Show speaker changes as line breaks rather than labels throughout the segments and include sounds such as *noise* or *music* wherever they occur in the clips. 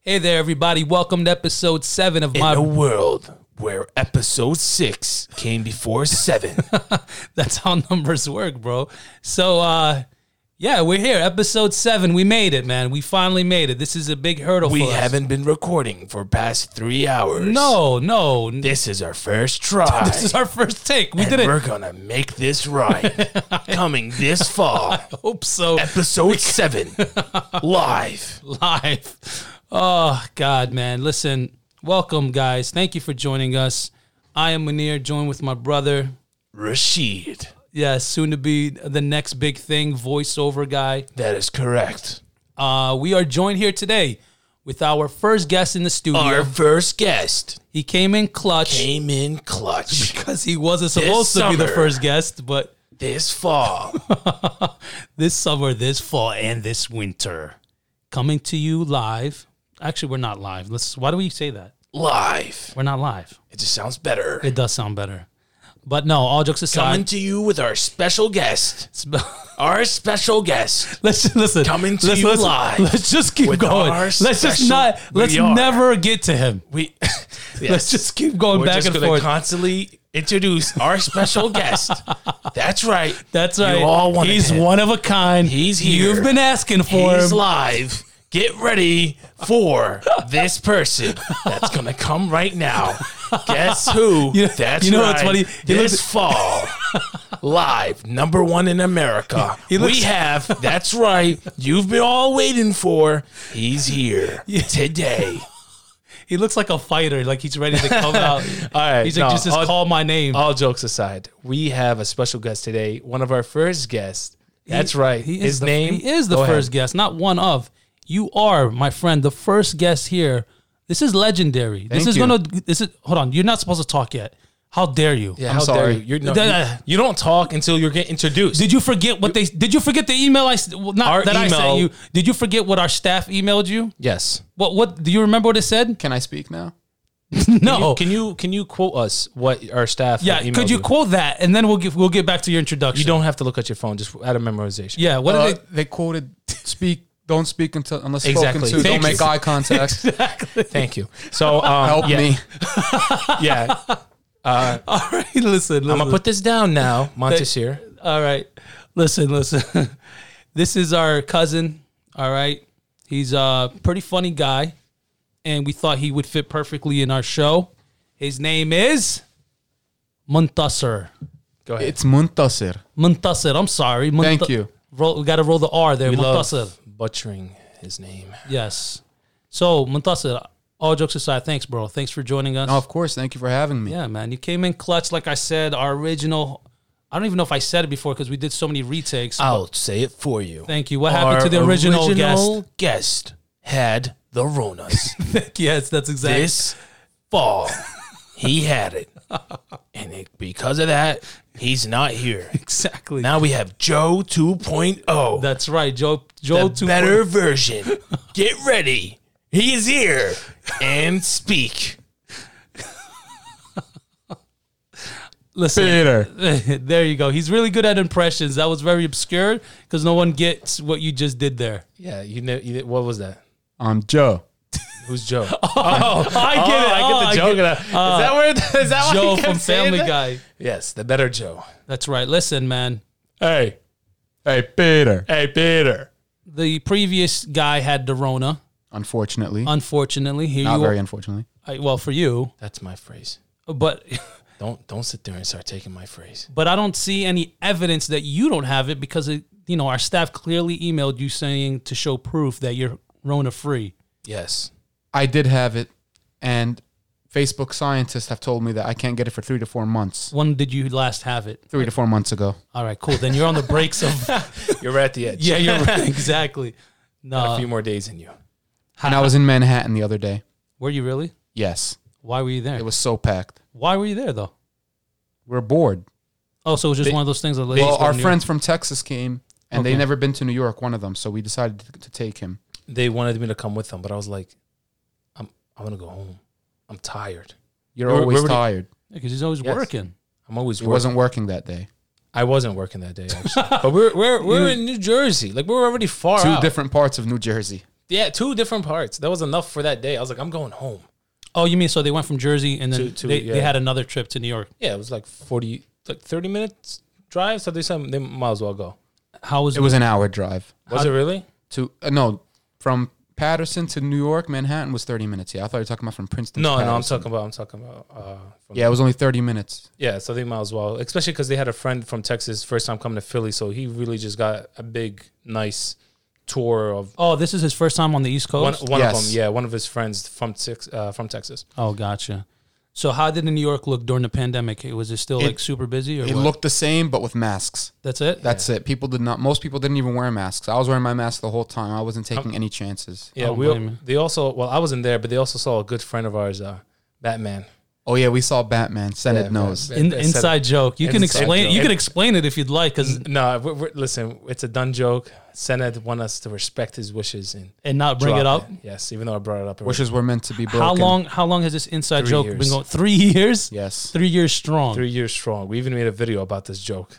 Hey there, everybody. Welcome to episode seven of
in
my.
a world where episode six came
*laughs*
before seven.
*laughs* That's how numbers work, bro. So, uh, yeah, we're here. Episode seven. We made it, man. We finally made it. This is a big hurdle
we
for us.
haven't been recording for past three hours.
No, no. This
This is our
*laughs*
first try.
is our first take. We did
and we're
it.
gonna make
*laughs*
this right. Coming this fall.
Hope so. *laughs*
Episode seven. Live.
Live. Oh, God, man. Listen, welcome, guys. Thank you for joining us. I am Munir, joined with my brother.
Rashid.
Yeah, soon to be the next big thing, voiceover guy.
That is correct.
Uh, we are joined here today with our first guest in the studio.
Our first guest
He came in clutch
came
*laughs*
in clutch
because he wasn't supposed to be the
summer.
first guest, but *laughs*
this fall.
this summer, this fall, and this winter, coming to you live. Actually, we're not live. Let's. Why do we say that?
Live.
We're not live.
It just sounds better.
It does sound better, but no. All jokes
Coming
aside,
to you with our special guest. Our special
*laughs*
guest.
let's listen.
Coming to
let's,
you
let's,
live
Let's just keep
with
going.
our
Let's just
special-
not.
we
Let's
are.
never get to him.
We
*laughs* Let's just keep going
we're
back
just
and
gonna
forth.
constantly introduce
*laughs*
our special guest. That's right.
That's right.
You all wanted
He's
him.
one of a kind.
He's
You've
here.
been asking for
He's
him.
live. Get ready for this person that's gonna come right now.
*laughs*
Guess who?
You-
that's
you know
right.
what's funny? He
this
looks-
fall, live number one in America.
*laughs* He looks-
we have. That's right. You've been all waiting for.
*laughs*
He's here today.
He looks like a fighter. Like he's ready to
*laughs*
come out.
All right.
He's like,
no,
just, just
all,
call my name.
all jokes aside, we have a special guest today. One of our first guests. That's right.
He is
His
the,
name
He is the
Go
first
ahead.
guest, not one of. You are my friend, the first guest here. This is legendary. this
Thank
is
you.
gonna. This is. Hold on. You're not supposed to talk yet. How dare you?
Yeah,
How-
how
sorry.
dare you? You're- no,
That-
you? You don't talk until you're getting introduced.
Did you forget what they? Did you forget the email I? s- well, Not
Our
that I sent
email-
you. Did you forget what our staff emailed you?
yes.
What? What? Do you remember what it said?
Can I speak now?
no.
Can *laughs* you can you quote us what our staff?
Oh. yeah.
emailed
Could you quote that, and then we'll give we'll get back to your introduction.
You don't have to look at your phone. Just out of memorization.
Yeah. What
Uh,
did
they, quoted speak don't speak until unless
Exactly.
spoken to.
Thank
don't make
you.
eye
*laughs*
contact.
Thank you. So um,
Help
yeah,
me.
Yeah.
they? All right. Listen.
I'm gonna put this down
*laughs*
now. Montes here.
All right. Listen, listen. *laughs* this is our cousin. All right. He's a pretty funny guy. And we thought he would fit perfectly in our show. His name is Muntasir.
Go ahead.
It's Muntasir.
Muntasir. I'm sorry. Munt-
Thank you.
Roll, we got to roll the R there.
we love
Muntasir.
butchering his name.
Yes. So, Muntasir, all jokes aside, thanks, bro. Thanks for joining us.
No, of course. Thank you for having me.
Yeah, man. You came in clutch. Like I said, our original. I don't even know if I said it before because we did so many retakes.
I'll say it for you.
Thank you. What happened to the
Uh, Our
original, guest?
original guest had the Ronas.
*laughs* yes, that's exactly.
this fall, he had it. And it, because of that, he's not here.
Exactly.
Now we have Joe 2.0, the,
that's right, Joe. Joe, two oh.
better version. Get ready. He's here. And speak.
Listen,
Peter.
*laughs* there you go. He's really good at impressions. That was very obscure because no one gets what you just did there.
Yeah. You know. You, what was that?
I'm Joe.
Who's
*laughs*
Joe?
Oh, *laughs* I get it.
Oh, I get the joke. is that where? it- Is that
Joe
why he kept
from
saying
Family
that?
Guy.
Yes, the better Joe.
That's right. Listen, man.
Hey,
Hey, Peter.
hey, Peter.
The previous guy had the Rona.
Unfortunately.
Unfortunately, here
not
Uh, you
very
are.
unfortunately.
I, well, for you,
That's my phrase.
but *laughs*
Don't don't sit there and start taking my phrase.
but I don't see any evidence that you don't have it because it, you know our staff clearly emailed you saying to show proof that you're Rona free.
Yes.
I did have it and Facebook scientists have told me that I can't get it for three to four months.
When did you last have it?
Three to four months ago.
All right, cool. Then you're on the brakes of
You're right at the edge.
*laughs* Yeah, you're right. exactly.
A
No,
few more days in you.
And I was in Manhattan the other day.
were you really?
Yes.
Why were you there?
It was so packed.
Why were you there though?
We're bored.
Oh, so it was just one of those things. That
Well,
ladies
our
go near-
friends from Texas came and
Okay.
they never been to New York, one of them. So we decided to- to take him.
They wanted me to come with them, but I was like, I'm I want to go home. I'm tired.
You're
Where-
always
where would he-
tired.
because he's always
Yes.
working.
I'm always
It
working.
wasn't working that day.
I wasn't *laughs* working that day, actually. but we're we're, we're in New Jersey. Like we're already far
Two
out.
different parts of New Jersey.
Yeah, two different parts. That was enough for that day. I was like, I'm going home.
Oh, you mean so they went from Jersey and then
To- to-
they, they
yeah.
had another trip to New York.
Yeah, it was like 40, like 30 minutes drive. So they said they might as well go.
How was
It was an hour drive
Was it really?
to uh, no from Patterson to New York. Manhattan was thirty minutes. Yeah, I thought you were talking about from Princeton.
No,
to
no, I'm
Patterson.
talking about, I'm talking about, uh, from,
Yeah, it was only thirty minutes.
yeah, so they might as well, especially because they had a friend from Texas first time coming to Philly. So he really just got a big, nice tour of
Oh, this is his first time on the East
one,
Coast.
one of
Yes.
them. Yeah, one of his friends from Tex, uh, from Texas.
oh, gotcha. So how did New York look during the pandemic? It- Was it still like super busy or
It
what?
looked the same, but with masks.
That's it.
That's it. People did not. Most people didn't even wear masks. I was wearing my mask the whole time. I wasn't taking any chances.
Yeah,
don't
we,
blame you.
they also, well, I wasn't there, but they also saw a good friend of ours, uh, Batman.
Oh yeah, we saw Batman. Senate
Yeah,
knows.
Batman.
In,
That's it.
inside joke. You can
Inside
explain.
joke. Mm.
You can explain it if you'd like, cause
No, we're, we're, listen, it's a done joke. Sened want us to respect his wishes and
and not bring it
drop
up.
Yes, even though I brought it up. already.
Wishes were meant to be broken.
How long? How long has this inside
Three
joke been
years.
going? Three years.
Yes,
Three years strong.
Three years strong. We even made a video about this joke.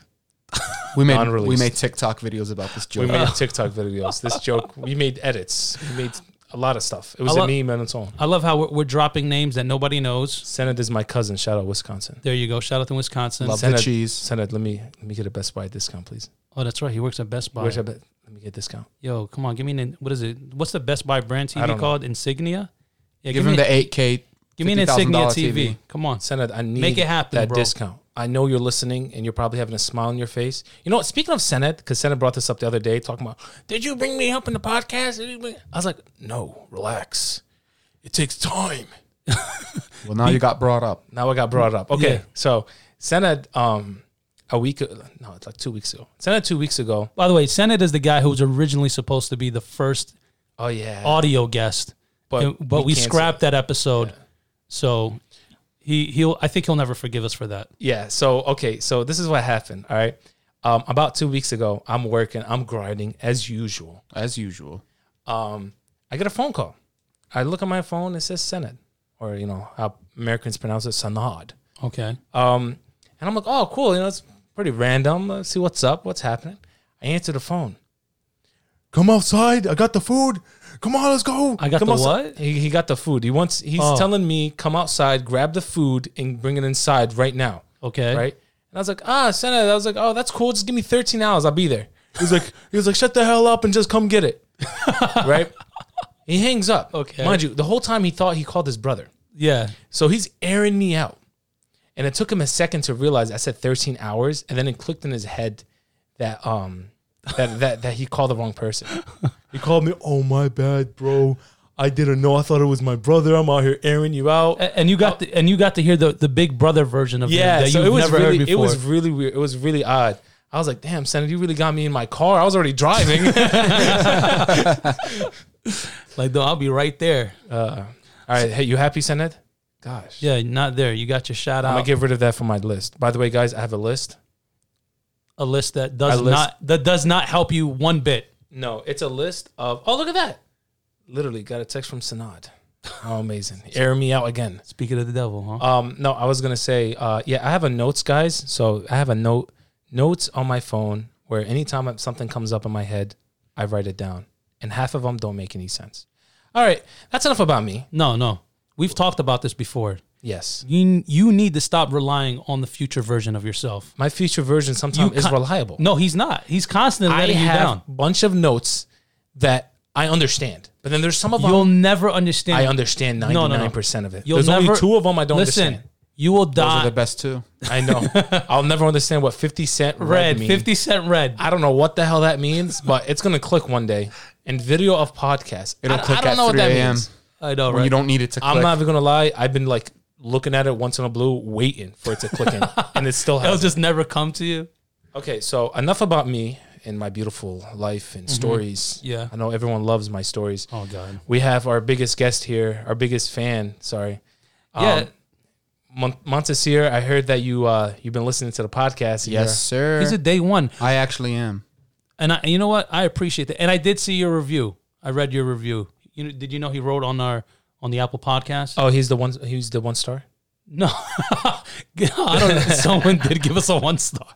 we made
non-released.
we made TikTok videos about this
We
joke.
made TikTok videos. This joke, we made edits. We made a lot of stuff. It was
I
a
lo-
meme and its own.
I love how we're, we're dropping names that nobody knows.
Sened is my cousin. Shout out Wisconsin.
There you go. Shout out to Wisconsin.
Love
Send
the
it-
cheese.
Sened, let me let me get a Best Buy discount, please.
Oh, that's right. He works at Best Buy.
Where's a Be- let me get a discount.
Yo, come on, give me an what is it? What's the Best Buy brand
I
TV
don't know.
called? Insignia. Yeah,
Give
me,
him the eight K.
give me an Insignia
$50,000
TV. Come on.
Sened, I need
Make it happen,
that
bro.
discount. I know you're listening and you're probably having a smile on your face. You know, what? speaking of Sened, because Sened brought this up the other day, talking about, did you bring me up in the podcast? Did you bring-" I was like, no, relax. It takes time.
Well, now you got brought up.
Now I got brought up. Okay,
Yeah.
so Senna, um, a week no, it's like two weeks ago. Senna two weeks ago.
By the way, Senate is the guy who was originally supposed to be the first
Oh yeah,
audio guest,
But
and- but we,
we canceled
scrapped that episode. So he he'll I think he'll never forgive us for that.
yeah. So okay, so this is what happened. All right, um, about two weeks ago, I'm working, I'm grinding as usual.
As usual.
Um, I get a phone call. I look at my phone. It says Senate, or you know how Americans pronounce it, Sanad.
Okay.
Um, and I'm like, oh, cool. You know, it's pretty random. Let's see what's up, what's happening. I answer the phone. Come outside. I got the food. Come on, let's go.
I got
come
the
outside."
what?
He, he got the food. He wants. He's
Oh.
telling me, come outside, grab the food, and bring it inside right now.
Okay.
Right. And I was like, ah, Senna. I was like, oh, that's cool. Just give me 13 hours. I'll be there. He's like, he was like, shut the hell up and just come get *laughs* it. right. He hangs up.
Okay.
Mind you, the whole time he thought he called his brother.
Yeah.
So he's airing me out. And it took him a second to realize I said 13 hours, and then it clicked in his head that um that *laughs* that, that he called the wrong person. He called me, oh my bad, bro. I didn't know. I thought it was my brother. I'm out here airing you out.
A- And you got the, and you got to hear the, the Big Brother version of
yeah,
him that
so
you've
it was
never
really
heard
it
before.
was really weird. It was really odd. I was like, damn, Senator, you really got me in my car. I was already *laughs* driving.
like though, I'll be right there.
uh, all right, hey, you happy, Senator? Gosh.
Yeah, not there. You got your shout
I'm
out.
gonna get rid of that from my list. By the way, guys, I have a list.
a list that does
A list-
not that does not help you one bit.
No, it's a list of. Oh, look at that! Literally got a text from Sanad. How amazing! *laughs* Air me out again.
Speaking of the devil, huh?
Um, no, I was gonna say, uh, yeah, I have a notes, guys. So I have a note, notes on my phone where anytime something comes up in my head, I write it down, and half of them don't make any sense. All right, that's enough about me.
no, no. We've talked about this before.
Yes,
You you need to stop relying on the future version of yourself.
my future version sometimes
You
is
con-
reliable.
No, he's not. He's constantly
I
letting you
have
down.
a bunch of notes that I understand, but then there's some of them
You'll never understand.
I understand
no, no.
ninety nine percent of it.
You'll
there's
never-
only two of them I don't
Listen,
understand.
you will
Those are
die.
the best two.
I know.
*laughs*
I'll never understand what 50 Cent
red,
red, means.
50 cent red.
I don't know what the hell that means, but it's going to click one day. And video of podcast.
It'll
I,
click
I don't
at
know what
3
that
a.m.
means.
I know,
When
right?
you don't need it to click.
I'm not even going to lie. I've been like looking at it once in a blue, waiting for it to click in. and it
*laughs*
still
It'll
hasn't.
just never come to you.
okay, so enough about me and my beautiful life and stories.
Yeah.
I know everyone loves my stories.
Oh, God.
We have our biggest guest here, our biggest fan, sorry.
Yeah.
Mon- Montesir, I heard that you uh you've been listening to the podcast. and
yes, sir.
he's a day one.
I actually am.
And I, you know what? I appreciate that. And I did see your review. I read your review. You know, did you know he wrote on our on the Apple podcast?
you're- Oh, he's the one. He's the one star.
No, *laughs* I don't
*laughs*
know. Someone did give us a one star.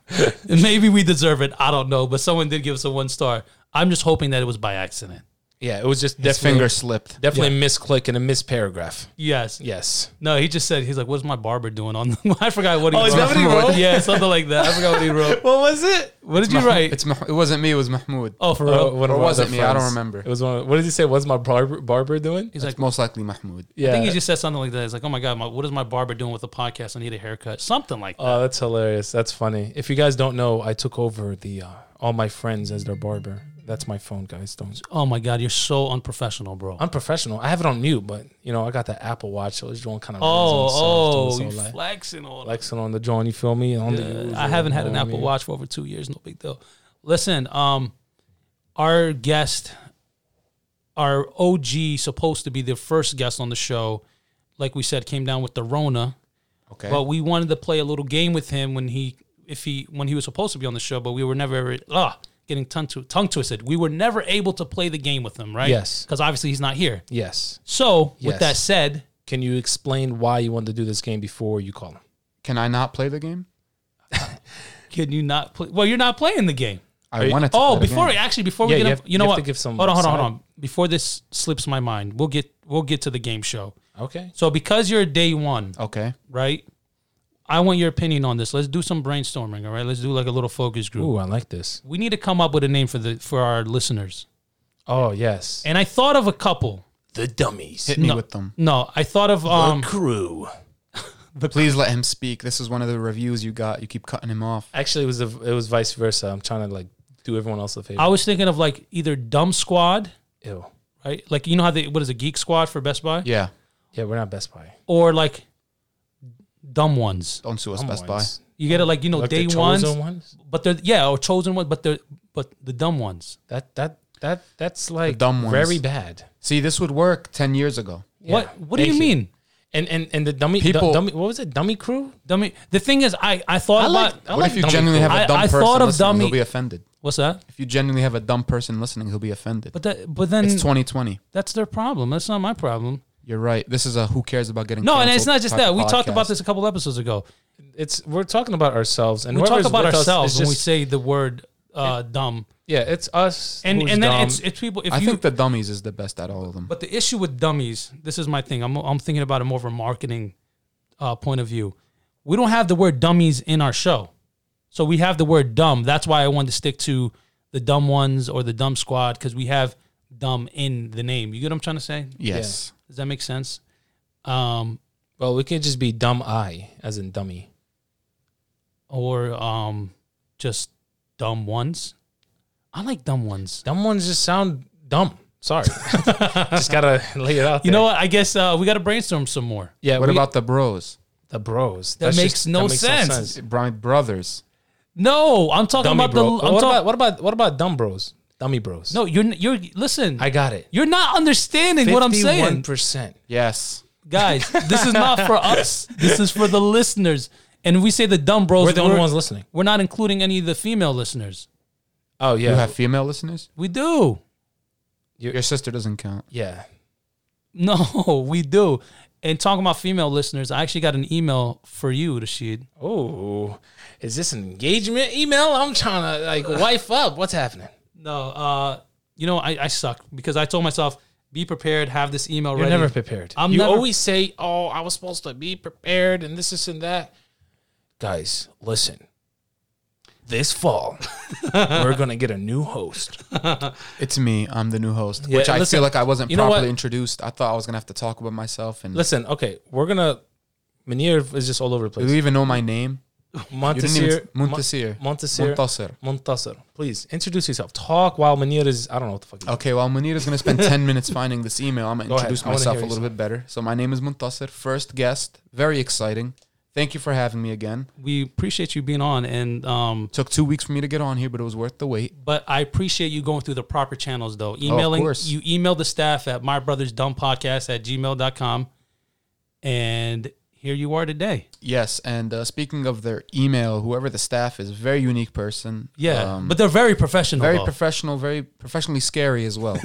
Maybe we deserve it. I don't know, but someone did give us a one star. I'm just hoping that it was by accident.
Yeah, it was just
His
definitely
finger slipped.
definitely misclick and a misparagraph.
Yes.
Yes.
No, he just said he's like, "What's my barber doing on?" The-? *laughs* I forgot what he.
Oh, is
wrote.
that what he wrote?
Yeah, something like that. I forgot what he wrote.
What was it?
What
*laughs*
did you write?
It's Mah- it wasn't me. It was Mahmoud.
oh, for
Uh,
real.
one
Or
of our
was
other
it me? I don't
friends.
remember.
It was one. Of, what did he say? What's my barber, barber doing?
He's like,
It's most likely Mahmoud.
Yeah.
I think he just said something like that. He's like, "Oh my god, my, what is my barber doing with the podcast? I need a haircut." Something like that.
oh, that's hilarious. That's funny. If you guys don't know, I took over the uh, all my friends as their barber. That's my phone, guys. Don't.
oh my god, you're so unprofessional, bro.
I'm professional. I have it on mute, but you know I got the Apple Watch, so it's doing kind of.
oh, oh, you
like,
flexing all that.
flexing on the joint. You feel me? On the usual,
I haven't had
you
an
know what I
Apple
mean?
Watch for over two years. No big deal. Listen, um, our guest, our OG, supposed to be the first guest on the show. Like we said, came down with the Rona.
Okay.
But we wanted to play a little game with him when he, if he, when he was supposed to be on the show, but we were never ever, ah, getting tongue to tongue twisted. We were never able to play the game with him, right?
Yes.
Because obviously he's not here.
Yes.
So with
Yes.
that said,
Can you explain why you wanted to do this game before you call him?
Can I not play the game?
can you not play? Well, you're not playing the game.
I wanted to.
Oh,
play the
before
game.
actually, before
Yeah,
we get,
you
up,
have-
you know
you have
what?
to give some
hold on, hold on,
side.
hold on. Before this slips my mind, we'll get we'll get to the game show.
Okay.
So because you're day one,
Okay.
right? I want your opinion on this. Let's do some brainstorming. All right, let's do like a little focus group.
Ooh, I like this.
We need to come up with a name for the for our listeners.
Oh yes.
And I thought of a couple.
the dummies.
Hit me
No.
with them.
No, I thought of um.
crew.
Please let him speak. This is one of the reviews you got. You keep cutting him off.
Actually, it was a, it was vice versa. I'm trying to like do everyone else a favor.
I was thinking of like either Dumb Squad,
Ew.
right? Like you know how they what is it Geek Squad for Best Buy,
Yeah.
Yeah, we're not Best Buy.
or like Dumb Ones.
Don't sue us,
Come
Best
on.
Buy.
You get it like you know
Like the
day ones,
chosen ones.
but they're yeah or chosen ones, but they're but the dumb ones.
That that that that's like
dumb ones.
very bad.
See, this would work ten years ago.
Yeah.
What what do
Thank
you mean?
And and and the dummy
People-
People, dummy what was it? Dummy crew?
Dummy. The thing is, I I thought about
I
what
like
if you
dummy
genuinely
crew.
have
I-
a dumb
I
person
thought of
listening?
dummy-
He'll be offended.
what's that?
If you genuinely have a dumb person listening, he'll be offended.
But that but then
it's 2020.
that's their problem. That's not my problem.
You're right. This is a who cares about getting
No, and
canceled
it's not just
type
that.
of
We talked
podcast.
about this a couple episodes ago.
It's we're talking about ourselves and
We talk
whoever's
about
with us
ourselves
is
when we
just-
say the word uh, dumb,
yeah, it's us
and
who's
and then
dumb.
it's it's people. If
I
you
think the dummies is the best at all of them.
But the issue with dummies, this is my thing. I'm, I'm thinking about it more of a marketing uh, point of view. We don't have the word dummies in our show. So we have the word dumb. That's why I wanted to stick to the dumb ones or the dumb squad because we have dumb in the name. You get what I'm trying to say?
yes.
Does that make sense? Um,
well, we can just be dumb eye as in dummy.
or um, just dumb ones. I like dumb ones.
Dumb ones just sound dumb. Sorry. just gotta lay it out
You
there.
know what? I guess uh, we got to brainstorm some more.
yeah,
What
we-
about the bros?
the bros?
That
That's
makes no sense.
My brothers.
No, I'm talking
Dummy
about
bro.
the. I'm
what,
talking.
about, what about what about dumb bros? Dummy bros.
no, you're you're listen.
I got it.
You're not understanding what I'm saying.
percent.
Yes.
*laughs*
Guys, this is not for us. This is for the listeners. And we say the dumb bros.
We're the only ones listening.
We're not including any of the female listeners.
Oh
You
yeah,
have female listeners?
We do. *laughs*
Your sister doesn't count.
yeah.
No, we do. And talking about female listeners, I actually got an email for you, Rashid.
Oh, is this an engagement email? I'm trying to like wife up. What's happening?
No, uh, you know, I, I suck because I told myself, be prepared, have this email
You're
ready.
never prepared.
I'm
you
never-
always say, "Oh, I was supposed to be prepared," and this, this, and that. Guys, listen. This fall, *laughs* we're gonna get a new host.
It's me. I'm the new host,
Yeah,
which I
listen,
feel like I wasn't
you know
properly
what?
introduced. I thought I was going to have to talk about myself and
Listen, okay, we're gonna. Munir is just all over the
Do you
place.
even know my name? You didn't
Montesir,
even Muntasir.
Mon- Montesir,
Muntasir.
Montasser, please introduce yourself. Talk while Munir is. I don't know what the fuck. he's-
Okay, well, Munira's going
*laughs*
to spend 10 minutes finding this email. I'm going to
ahead.
introduce
I wanna
myself a
hear
little bit better. So, my name is Muntasir, first guest. Very exciting. Thank you for having me again.
We appreciate you being on. And um,
Took two weeks for me to get on here, but it was worth the wait.
But I appreciate you going through the proper channels
Oh,
though. Emailing
course.
you email the staff at mybrothersdumbpodcast at gmail.com. And here you are today.
Yes, and uh, speaking of their email, whoever the staff is, very unique person.
Yeah.
Um,
but they're very professional.
very
though.
professional, very professionally scary
*laughs*
as well.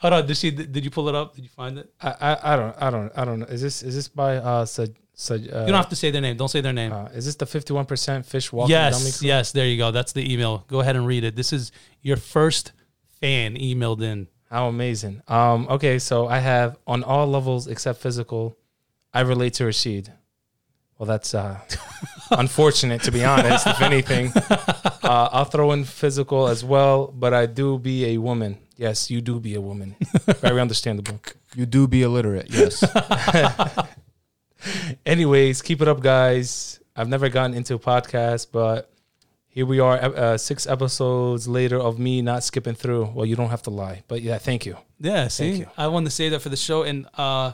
Hold on, did she did you pull it up? Did you find it?
I, I, I don't I don't I don't know. Is this is this by uh Saj, Saj, uh,
You don't have to say their name. Don't say their name.
uh, is this the fifty one percent fish walking dummy?
yes.
crew?
Yes, there you go. That's the email. Go ahead and read it. This is your first fan emailed in.
How amazing. Um, okay, so I have on all levels except physical, I relate to Rashid. Well, that's uh, unfortunate to be honest, if anything. Uh, I'll throw in physical as well, but I do be a woman. Yes, you do be a woman. Very understandable.
You do be illiterate, yes.
Anyways, keep it up, guys. I've never gotten into a podcast, but here we are, ep- uh, six episodes later of me not skipping through. Well, you don't have to lie, but yeah, thank you.
Yeah, see,
you.
I wanted to say that for the show, and uh,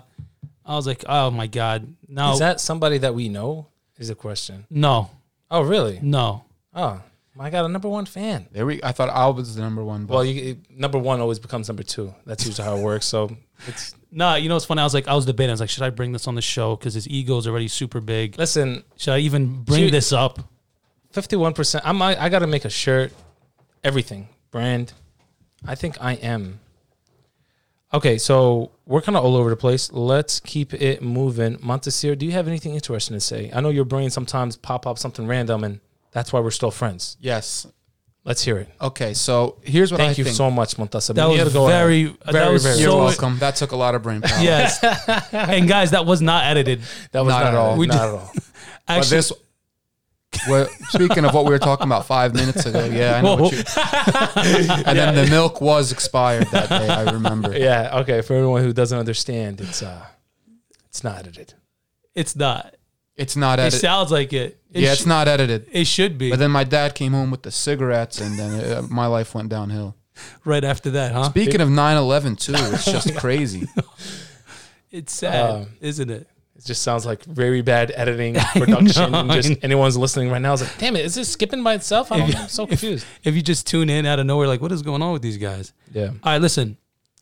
I was like, oh my god, no,
Is that somebody that we know? Is a question.
no,
Oh, really?
no.
Oh, I got a number one fan.
there we. I thought I was the number one. But
Well, you, it- number one always becomes number two. That's usually how it works. So it's
Nah, you know what's funny? I was like, I was debating. I was like, should I bring this on the show? Because his ego's already super big.
listen,
Should I even bring
Shoot.
this up?
fifty-one percent. I'm. I, I got to make a shirt, everything brand. I think I am. Okay, so we're kind of all over the place. Let's keep it moving. Montesir, do you have anything interesting to say? I know your brain sometimes pop up something random, and that's why we're still friends.
yes.
Let's hear it.
Okay, so here's what I
Thank you
think.
so much, Montesir.
That
You gotta
was
go ahead.
very, that
Very,
was
very-
so.
You're welcome. That took a lot of brain power.
Yes, and guys, that was not edited.
That was
Not
not,
at
at
all.
all.
We
Not at all.
But
Actually,
this. well, speaking of what we were talking about five minutes ago, yeah, I know what you.
*laughs*
and then the milk was expired that day. I remember.
Yeah. Okay. For everyone who doesn't understand, it's uh, it's not edited.
it's not.
It's not
It
edited.
sounds like it. it
yeah, it's
sh-
not edited.
It should be
But then my dad came home with the cigarettes, and then uh my life went downhill.
right after that, huh?
Speaking of 9/11 too,
*laughs*
it's just crazy.
It's sad,
Um,
isn't it?
It just sounds like very bad editing, production, and
I know.
just anyone's listening right now is like, damn it, is this skipping by itself? I don't know. I'm so confused.
If you just tune in out of nowhere, like, what is going on with these guys?
Yeah.
All right, listen,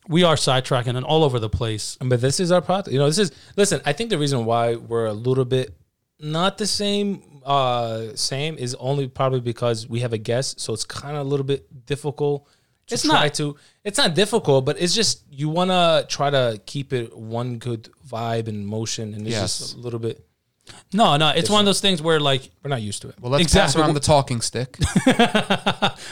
we are sidetracking and all over the place.
But this is our product. You know, this is listen. I think the reason why we're a little bit not the same, uh, same is only probably because we have a guest, so it's kind of a little bit difficult. To
It's
try
not.
to. It's not difficult, but it's just you want to try to keep it one good vibe and motion, and it's
Yes.
just a little bit.
No, no, it's one of those things where like *laughs*
We're not used to it.
Well, let's pass
Exactly.
around the talking
*laughs*
stick.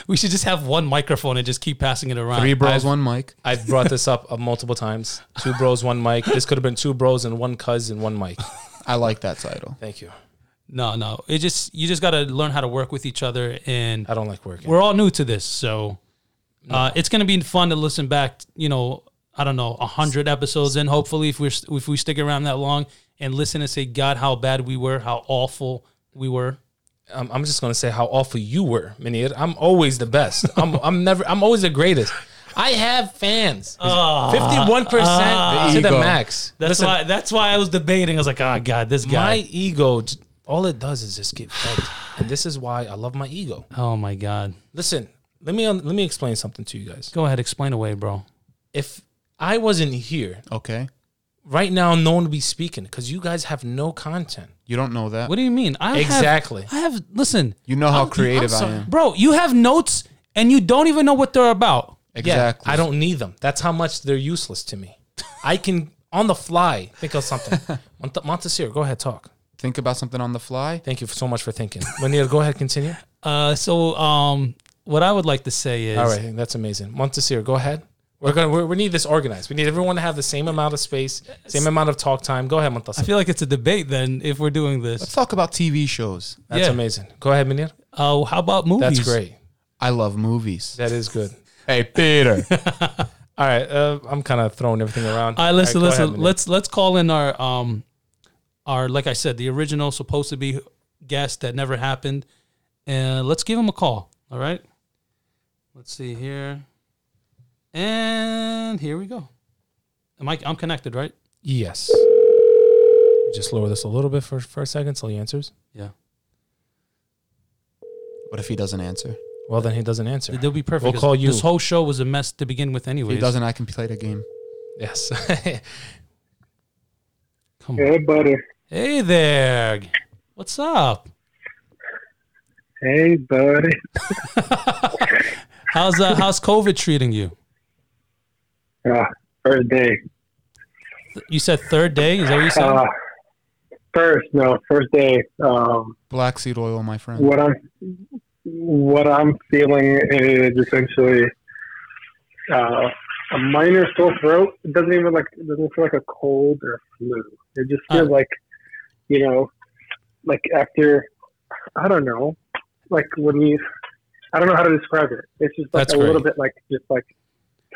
we should just have one microphone and just keep passing it around.
Three bros,
I've-
one mic.
I've brought this up uh, multiple times. Two bros, one mic. This could have been two bros and one cuz and one mic.
I like that title.
Thank you.
No, no, it just you just got to learn how to work with each other, and
I don't like working.
we're all new to this, so uh, it's gonna be fun to listen back. You know, I don't know, hundred episodes in. Hopefully, if we're if we stick around that long and listen and say, God, how bad we were, how awful we were.
Um, I'm just gonna say how awful you were, Minir. I'm always the best. I'm I'm never. I'm always the greatest. I
*laughs*
have fans.
Ah.
Fifty-one percent to the
ego.
max.
That's
Listen,
why. That's why I was debating. I was like, "Oh God, this
my
guy."
ego. j- All it does is just get fed, and this is why I love my ego.
oh my God.
Listen, let me let me explain something to you guys.
Go ahead, explain away, bro.
If I wasn't here
Okay,
right now, no one would be speaking because you guys have no content.
you don't know that.
What do you mean? I have-
Exactly.
I have. Listen,
You know how creative I
sorry.
am.
bro, you have notes and you don't even know what they're about.
Exactly.
Yeah, I don't need them. That's how much they're useless to me. I can on the fly think of
*laughs*
something. Mont- Montesir, go ahead, talk.
think about something on the fly.
Thank you so much for thinking. Manil, go ahead, continue.
Uh, so um, what I would like to say is,
All right, that's amazing. Montesir, go ahead. We're gonna we're, we need this organized. We need everyone to have the same amount of space, same amount of talk time. Go ahead,
I
Montesir.
feel like it's a debate then if we're doing this.
Let's talk about TV shows.
That's
yeah.
amazing. Go ahead, Manil.
Uh, how about movies?
That's great.
I love movies.
That is good.
Hey, Peter.
All right, uh, I'm kind of throwing everything around.
All right, listen,
All right,
listen.
go ahead, Munir.
let's let's call in our um, our like I said, the original supposed to be guest that never happened, and let's give him a call. All right. Let's see here, and here we go. Am I? I'm connected, right?
Yes. Just lower this a little bit for for a second till he answers.
Yeah.
*laughs* what if he doesn't answer?
Well, then he doesn't answer.
They'll be perfect.
We'll
'cause
call you.
This whole show was a mess to begin with,
If
anyways.
he doesn't, I can play the game.
Yes. *laughs*
Come on.
Hey, buddy.
Hey there. What's up?
Hey, buddy.
How's uh, how's COVID treating you?
Uh, first day.
You said third day. Is that what you said?
Uh, first, no, first day. Um,
Black seed oil, my friend.
what I'm, what I'm feeling is essentially, uh, a minor sore throat. It doesn't even like it doesn't feel like a cold or a flu. It just feels like you know, like after I don't know, like when you I don't know how to describe it. It's just like
That's
a little
great.
bit like just like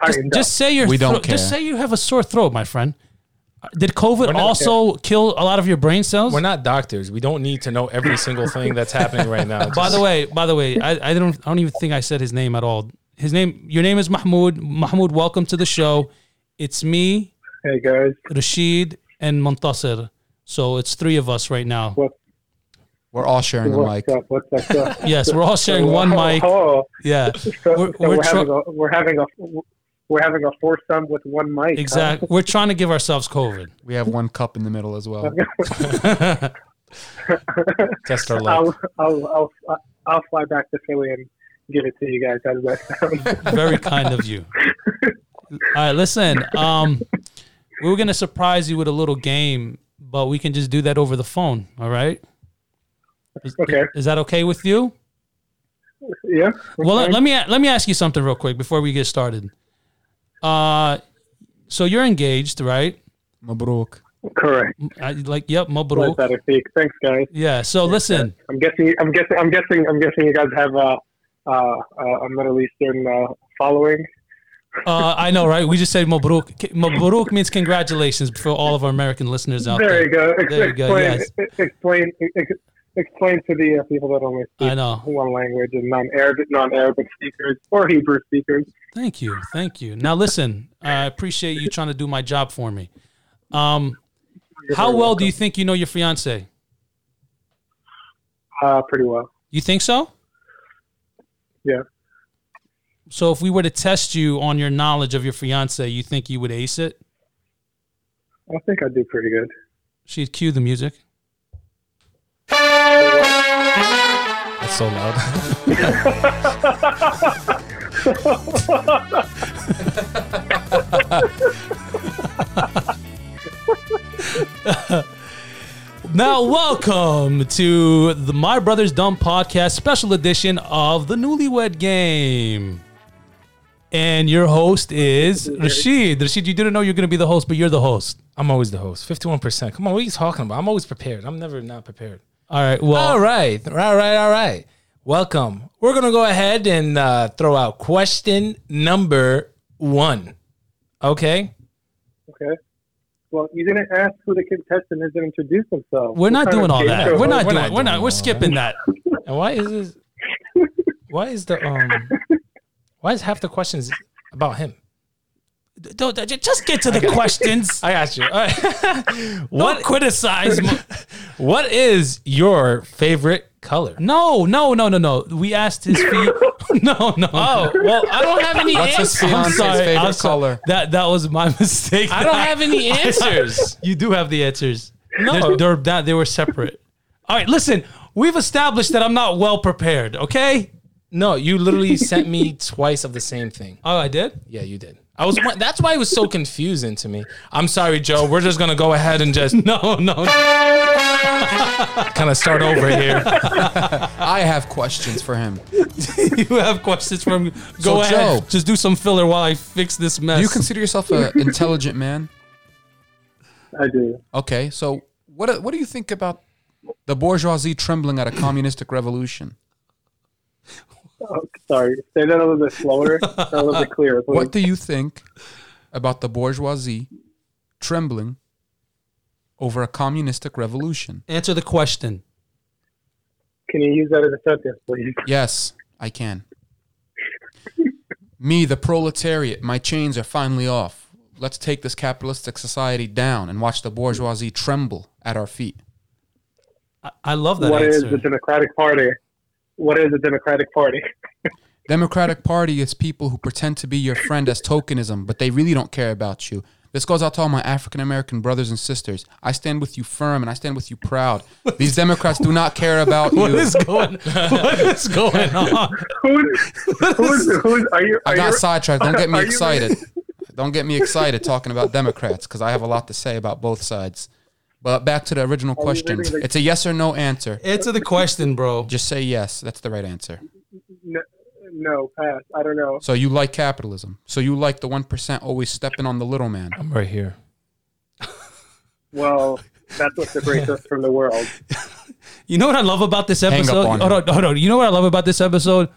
Just,
tightened
just say your
We don't
throat- Just
care.
say you have a sore throat, my friend. Uh, Did COVID
not-
also kill a lot of your brain cells?
We're not doctors. We don't need to know every single thing that's happening right now.
By the way, by the way, I, I don't I don't even think I said his name at all. His name, your name is Mahmoud. Mahmoud, welcome to the show. It's me,
up. Hey guys,
Rashid, and Montasir. So it's three of us right now.
We're all sharing a mic.
what's up? What's up? What's
*laughs*
up?
Yes, we're all sharing
So,
one
oh,
mic.
Oh,
Yeah,
*laughs* so
We're-
we're,
we're
so we're
tr-
having a we're having a we're having a foursome with one mic. huh?
exactly. We're trying to give ourselves COVID.
We have one cup in the middle as well.
test our luck.
I'll, I'll I'll I'll I'll fly back to Philly and give it to you guys. How does that sound?
Very kind of you. All right, listen. Um, we were gonna surprise you with a little game, but we can just do that over the phone. All right. Is-
*laughs* Okay.
Is that okay with you?
yeah.
Well, let, let me let me ask you something real quick before we get started. Uh, so you're engaged, right?
Mabruk.
Correct.
I, like, yep,
Let
Mabruk.
that speak. Thanks, guys.
Yeah. So listen,
I'm guessing. I'm guessing. I'm guessing. I'm guessing you guys have a uh, uh, a Middle Eastern uh, following.
uh, I know, right? We just said Mabruk. K- Mabruk means congratulations for all of our American listeners out
There
there.
you go. Ex-
There you go,
Explain,
yes.
e- explain, ex- explain to the uh, people that only
I
speak
know.
one language and non-Arabic, non-Arabic speakers or Hebrew speakers.
Thank you, thank you. Now listen, I appreciate you trying to do my job for me. Um, how well do you think you know your fiance?
Uh, pretty well.
You think so?
Yeah.
So if we were to test you on your knowledge of your fiance, you think you would ace it?
I think I do pretty good.
She'd cue the music.
That's so loud. *laughs*
Now, welcome to the My Brother's Dumb podcast special edition of the Newlywed Game. And your host is Rashid. Rashid, you didn't know you're going to be the host, but you're the host.
I'm always the host. 51%. Come on, what are you talking about? I'm always prepared. I'm never not prepared.
All right. Well,
All right. All right. All right. Welcome. We're going to go ahead and uh, throw out question number one. Okay.
Okay. Well, you didn't ask who the contestant is to introduce themselves.
we're not
What kind
doing
of
all
game show
that. We're
host-
not
We're
doing.
not
we're
doing
not. We're
all
skipping that.
*laughs* And why is this? Why is the um? Why is half the questions about him?
Don't, don't- just get
*laughs*
to the questions.
I got you. *laughs* All right. *laughs*
Don't
what *laughs*
criticize. my-
What is your favorite color?
No, no, no, no, no. We asked
*laughs*
his feet. *laughs* no, no. Oh,
Well, I don't
*laughs*
have any
What's his
answers.
I'm
fiance's
sorry.
favorite
I'm sorry.
color?
That that was my *laughs* mistake.
I don't
*laughs*
have any answers.
You do have the answers.
No.
They're, they're not- they were separate. All right, listen. We've established that I'm not well prepared. Okay.
No, you literally sent me twice of the same thing.
Oh, I did.
Yeah, you did. Uh, I was. That's why it was so confusing to me. I'm sorry, Joe. We're *laughs* just gonna go ahead and just
No, no.
kind of start over here.
I have questions for him.
*laughs* you have questions from. Go
So,
ahead.
Joe-
Just do some filler while I fix this mess.
Do you consider yourself an intelligent man?
I do.
Okay, so what what do you think about the bourgeoisie trembling at a communistic revolution?
Oh, sorry. Say that a little
*laughs*
bit slower, a little bit clearer. Please.
What do you think about the bourgeoisie trembling over a communistic revolution?
answer the question.
Can you use that as a sentence, please?
Yes, I can. Me, the proletariat, my chains are finally off. Let's take this capitalistic society down and watch the bourgeoisie tremble at our feet.
I, I love that
What is
answer.
the Democratic Party? What is the Democratic Party? *laughs*
Democratic Party is people who pretend to be your friend as tokenism, but they really don't care about you. This goes out to all my African American brothers and sisters. I stand with you firm and I stand with you proud. These Democrats do not care
*laughs*
about you.
what is going? *laughs* What is going on?
Who's, who's, who's, are you, are
I got
you,
sidetracked. Don't get me
*laughs* Are you-
excited. Don't get me excited talking about Democrats because I have a lot to say about both sides. But back to the original question.
really-
It's a yes or no answer.
Answer the question, bro.
Just say yes. That's the right answer.
no, no, pass. I don't know.
So you like capitalism. So you like the 1% always stepping on the little man.
I'm right here.
Well, that's what separates us from the world.
You know what I love about this
up
episode?
on
Hold on, hold on. You know what I love about this episode?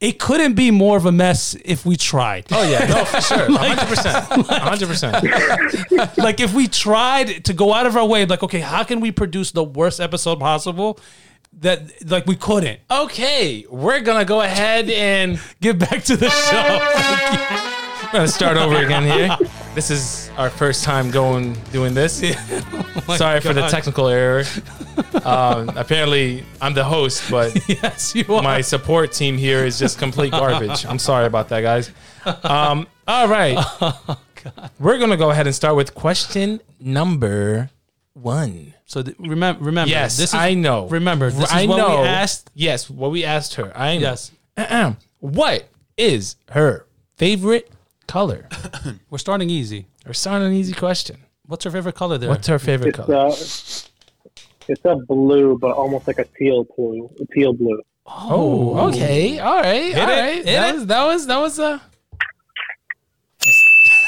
It couldn't be more of a mess if we tried. *laughs*
Oh yeah, no, for sure, hundred percent, hundred percent.
like if we tried to go out of our way, like, okay, how can we produce the worst episode possible? That like we couldn't. Oh,
Okay, we're gonna go ahead and
Get back to the *laughs* show. *laughs*
we're gonna start over again here. This is our first time going doing this. Sorry for the
God.
technical error. Um, apparently, I'm the host, but
yes, you are.
my support team here is just complete garbage. I'm sorry about that, guys. Um, all
*laughs*
right,
Oh,
we're gonna go ahead and start with question number one.
so th- remember, remember.
Yes,
this is,
I know.
Remember, this is
I
what
know.
we asked.
Yes, what we asked her. I know.
Yes,
Ahem. What is her favorite color?
we're starting easy.
We're starting an easy question.
What's your favorite color there?
What's her favorite
It's
color?
uh, it's a blue, but almost like a teal blue. A teal blue.
Oh, okay. All right. all
it,
right.
hit
that,
it.
Was, that was that was uh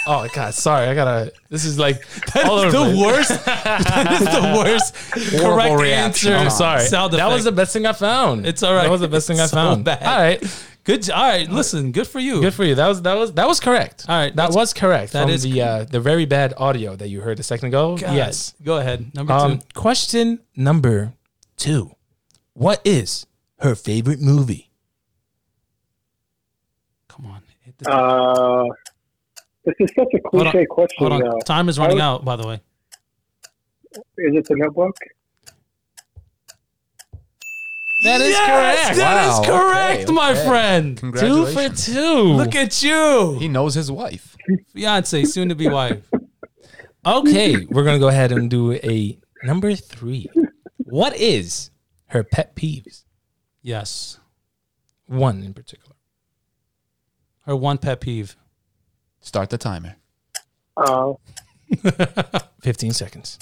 Oh god, sorry. I gotta this
*laughs*
is like all
That's
over
the
place.
worst. *laughs* that is
*laughs*
the worst correct
Horrible reaction.
answer.
I'm sorry.
Sound
that was the
effect.
best thing I found.
It's all right.
That was the best thing I
So
found.
bad.
All right.
good. j- All right, listen. Good for you.
Good for you. That was that was that was correct.
All right,
That
that's-
was correct.
that
from
is
the uh, the very bad audio that you heard a second ago.
God.
Yes.
Go ahead. Number
Um,
two.
question number two. What is her favorite movie?
Come on. Hit the-
Uh, this is such a
Hold on.
cliche question
Hold on.
now.
Time is running
I
out. By the way.
Is it the Notebook?
That is correct.
That is
Wow,
correct,
okay,
my
okay.
friend.
Two for
Congratulations.
two.
Look at you,
He knows his wife.
fiance, soon to be wife.
*laughs* okay, we're gonna go ahead and do a number three. What is her pet peeves?
Yes,
One in particular.
her one pet peeve.
Start the timer.
Uh,
Fifteen seconds.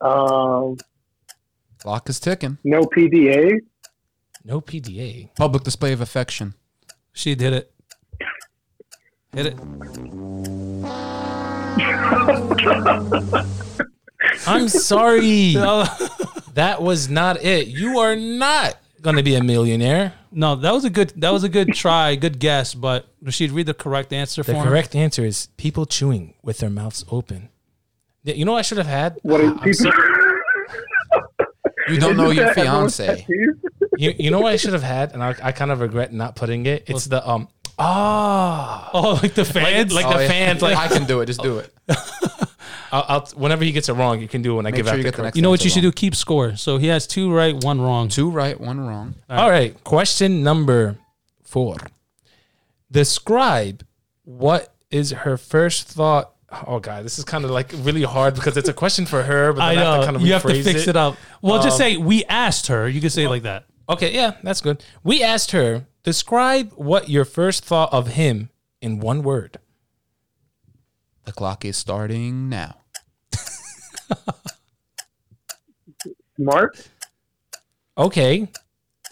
um,
Clock is ticking.
no PDA.
No PDA.
Public display of affection.
She did it. Hit it.
I'm
*laughs*
sorry.
Oh, *laughs*
That was not it. You are not gonna be a millionaire.
no, that was a good. That was a good try, good guess. But she'd read the correct answer
The
for
correct answer is people chewing with their mouths open. Th- You know what I should have had?
What
*sighs*
is people?
You don't know your
*laughs*
fiance.
You, you know what I should have had, and I, I kind of regret not putting it. It's the um
him. *laughs*
ah.
Oh, like the fans.
like
Oh,
the
yeah.
fans like
I can do it. Just do it.
I'll, I'll whenever he gets it wrong, you can do it when I
Make
give
sure
out
you
the
get the
correct-
*laughs*
next
you know
one
what you
so
should do?
long.
Keep score. So he has two right, one wrong.
Two right, one wrong.
All right, question number four. Describe what is her first thought. Oh god, this is kind of like really hard because it's a question for her, but
I
then I, have
know.
to kind of
you have to
rephrase Um,
fix it, up. Well, just say we asked her. You can say it like that.
Okay, yeah, that's good. We asked her describe what your first thought of him in one word.
The clock is starting now.
Smart.
Okay,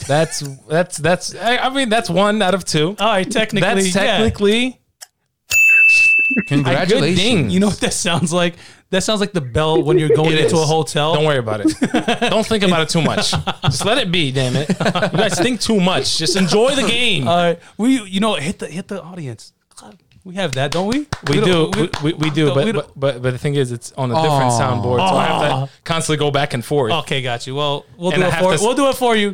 that's that's that's. I, I mean, that's one out of two.
All right, technically,
That's
yeah.
technically a *laughs* good
Congratulations.
thing.
You know what that sounds like? That sounds like the bell when you're going
*laughs* It
into
is.
a hotel.
Don't worry about it. Don't think about it too much. Just let it be, damn it. You guys think too much. Just enjoy the game.
Uh, we, you know, hit the hit the audience. We have that, don't we?
we do,
don't-
we, we, we do,
we
but,
don't-
but but but the thing is, it's on a different
Aw.
soundboard, so I have to constantly go back and forth.
okay, got you. Well, we'll
And
do
I
it
have
for
to s-
we'll do it for you.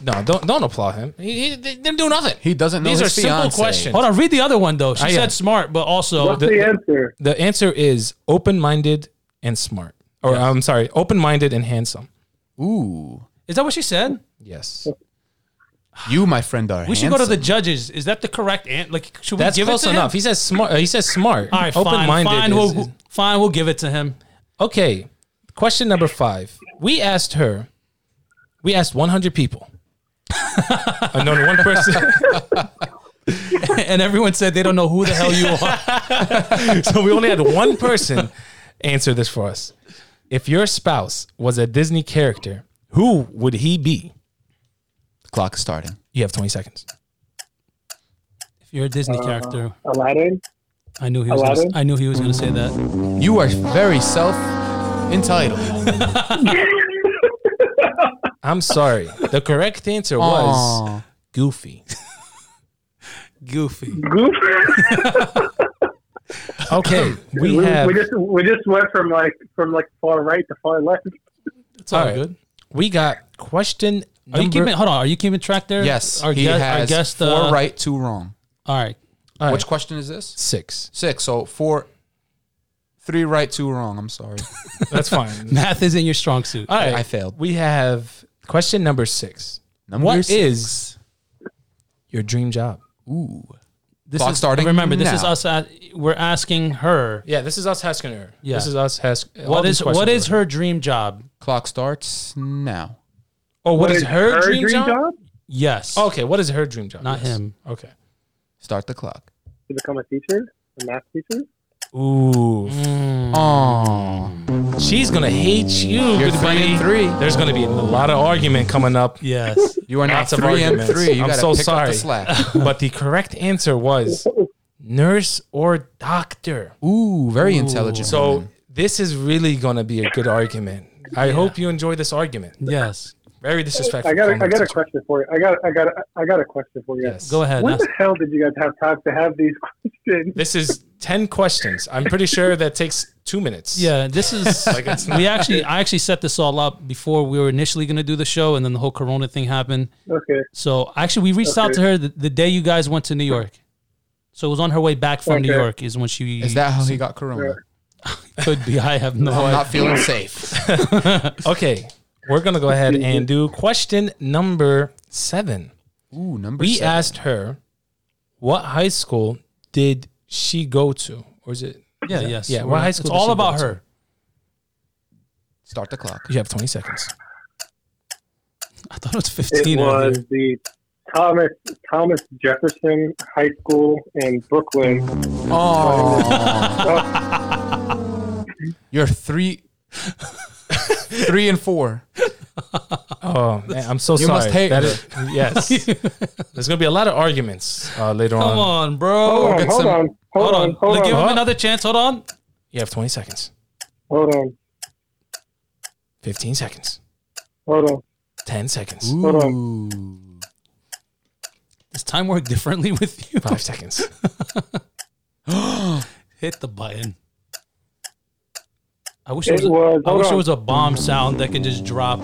No, don't don't applaud him. He, he they didn't do nothing.
He doesn't know
These
his
are simple
fiance.
questions.
Hold on, read the other one though. She
I am.
said smart, but also
What's the, answer?
The answer is open-minded and smart, or I'm sorry, open-minded and handsome.
Ooh.
is that what she said?
Yes,
You, my friend, are
We should go to the judges. Is that the correct answer? Like, should
that's
we give
close
it to
enough.
him?
He says smart. uh, He says smart.
All right, fine, fine,
is-
we'll, fine, we'll give it to him.
Okay, question number five. We asked her, we asked 100 people. *laughs* I've known one person. *laughs*
and everyone said they don't know who the hell you are.
*laughs* so we only had one person answer this for us. If your spouse was a Disney character, who would he be?
Clock is starting.
You have 20 seconds.
If you're a Disney
Uh,
character,
Aladdin.
I knew he was. Gonna,
Aladdin?
I knew he was going to say that.
You are very self entitled.
I'm sorry. the correct answer was
Was
Goofy.
Goofy.
Goof.
Okay, *laughs* we
we,
have.
we just we just went from like from like far right to far left.
It's all,
All right.
good.
We got question
Are you
number.
keeping? Hold on. Are you keeping track there?
yes.
Our
he
guest. our
has
guest.
four
uh,
right, two wrong.
All right.
all right,
Which question is this?
six?
Six. So four, three right, two wrong.
*laughs*
I'm sorry.
That's fine.
Math is in your strong suit.
All right,
I failed.
We have question number six.
Number
What is
six.
your dream job?
Ooh.
This
Clock
is,
starting
Remember, this is
now.
us. a we're asking her.
Yeah, this is us asking her.
Yeah.
This is us asking.
What is what is her dream job?
Clock starts now.
Oh, what is, her, dream, job?
Yes.
Okay, what is her dream job?
Not him.
Okay.
Start the clock.
To become a teacher, a math teacher.
Ooh,
Oh.
she's gonna hate you,
You're
good
three
buddy.
and three.
There's gonna be a lot of argument coming up. *laughs*
Yes.
You are now
Lots of
three and
arguments.
three. You
I'm
gotta
so
pick up
sorry.
the slack.
but the correct answer was nurse or doctor.
Ooh, very intelligent.
So
woman.
this is really going to be a good argument. I hope you enjoy this argument.
yes.
Very disrespectful.
I got a, I got a
conversation.
question for you. I got I got I got a question for you.
Yes.
Go ahead.
When
Nas-
the hell did you guys have time to have these *laughs* questions?
This is ten questions. I'm pretty sure that takes two minutes.
Yeah, this is
*laughs* Like, it's
we actually I actually set this all up before we were initially going to do the show and then the whole corona thing happened.
Okay.
So actually we reached out to her the, the day you guys went to New York. So it was on her way back from New
Okay.
York is when she
is that how he got corona?
could be I have no
*laughs* I'm
idea.
not feeling safe.
Okay. We're gonna go ahead and do question number seven.
Ooh, number
We
seven.
asked her, "What high school did she go to?" Or is it?
Yeah, yes.
Yeah,
We're-
what high
It's
school did
all
she
about
go to?
her.
Start the clock.
You have twenty seconds.
I thought it was
It
15. earlier.
was the Thomas Thomas Jefferson High School in Brooklyn.
Oh. *laughs* You're three, three and four.
Oh, man, I'm so
You
sorry.
must hate
That
her.
is- yes. There's gonna be a lot of arguments uh, later
Come
on.
on, bro.
Hold on, hold on, hold on, hold
Give
on,
him another chance. Hold on.
You have twenty seconds.
hold on,
Fifteen seconds.
hold on.
10 seconds.
Hold on.
Ooh.
Does time work differently *laughs* with you?
Five seconds.
Hit the button. I wish
It
there was, a-
was-
I
hold
wish there
on.
was a bomb sound that can just drop.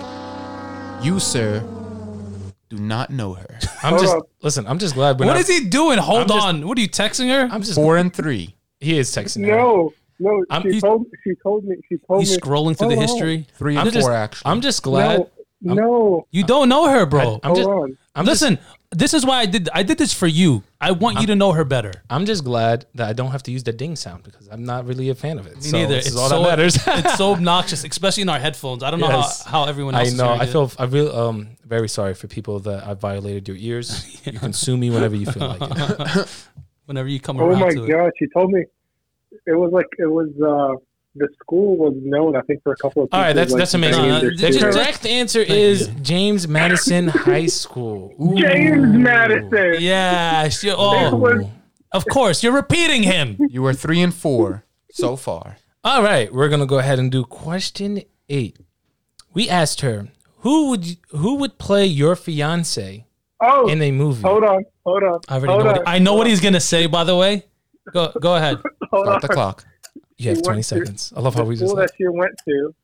You, sir, do not know her.
I'm
Hold
just
up.
listen. I'm just glad. We're
What
not,
is he doing? Hold
I'm just-
on. what are you texting her?
I'm just.
Four and three.
He is texting. her.
No, no.
I'm-
she
he's-
told she told me she told
He's
me.
scrolling through the
Hold on.
history.
Three and
I'm
four,
just.
actually.
I'm just glad. Oh,
No, Oh, no.
You don't know her, bro.
I'm just.
Hold on.
I'm
Listen,
Just,
this is why I did. I did this for you. I want you to know her better.
I'm just glad that I don't have to use the ding sound because I'm not really a fan of it. so
neither.
This
It's
is all
so-
that
*laughs*
matters.
It's so obnoxious, especially in our headphones. I don't
Yes.
know how, how everyone
*laughs* I
else.
know.
Is
I
hearing it.
feel. I really. Um. Very sorry for people that I violated your
*laughs*
ears. You can sue me whenever you feel like it.
whenever you come
Oh
around
my
to it.
god, she told me it was like it was uh the school was known I think for a couple of
All right. That's
teachers, like,
that's amazing.
No, no,
named their
the
Uh, just-
students.
correct answer is
you.
James Madison High School. Ooh.
*laughs* James Madison.
Yeah. she-
It
oh,
was
of course. You're repeating him.
you were three and four so far.
All right, we're gonna go ahead and do question eight. We asked her who would you, who would play your fiance
oh
in a movie.
hold on, hold on.
I already
hold
know.
on,
What he- I know what he's gonna say. By the way, go go ahead.
hold on.
Start the clock.
You have
She
twenty
went to-
seconds. I love how we
the
just
school that she went to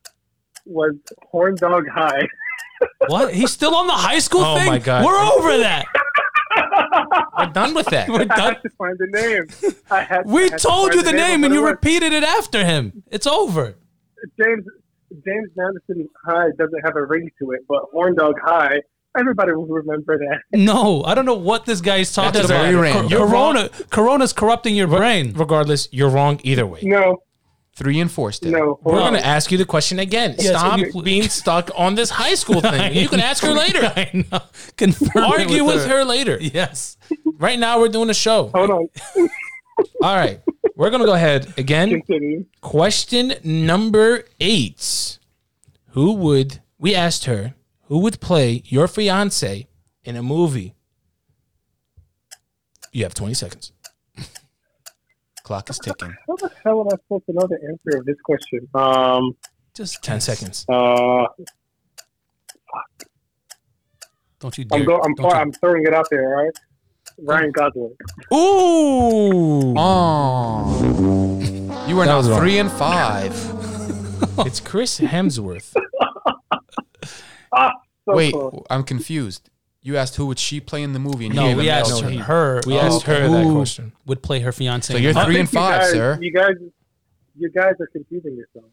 was Horn Dog High.
*laughs* What? He's still on the high school
Oh
thing.
my God.
We're over that.
we're done with that.
We're
I
done.
had to find the name. I had. I
We
had to
told
find
you the name and
of
you
what it
repeated it after him. It's over.
was. James James Madison High doesn't have a ring to it, but Horn Dog High. Everybody will remember that.
No, I don't know what this guy is talking
doesn't
about.
really ring.
Cor-
You're
Corona, Corona's corrupting your brain.
Regardless, you're wrong either way.
No,
Three and four still.
no.
We're
hold on.
gonna ask you the question again. Stop
you pl-
*laughs* being stuck on this high
*laughs*
school thing. You can ask her later.
I know. Confirm it
Argue with her later.
Yes.
Right now, we're doing a show.
Hold on.
All right, we're gonna go ahead again.
Continue.
Question number eight. Who would, we asked her, who would play your fiance in a movie. You have 20 seconds.
Clock is ticking.
How the hell am I supposed to know the answer of this question? Um,
Just
10 seconds.
uh,
Don't you dare.
I'm go, I'm,
don't you-
I'm throwing it out there. All right, Ryan Gosling.
Ooh.
Oh. You are
That
now
was wrong.
three and five.
It's Chris Hemsworth.
So
Wait,
close.
I'm confused. You asked who would she play in the movie, and you
no,
gave
we
him
asked
Elton.
her, her.
We asked her that question.
Would play her fiance.
So you're
I
three
think
and
you
five,
guys-
sir.
You guys, you guys are confusing yourselves.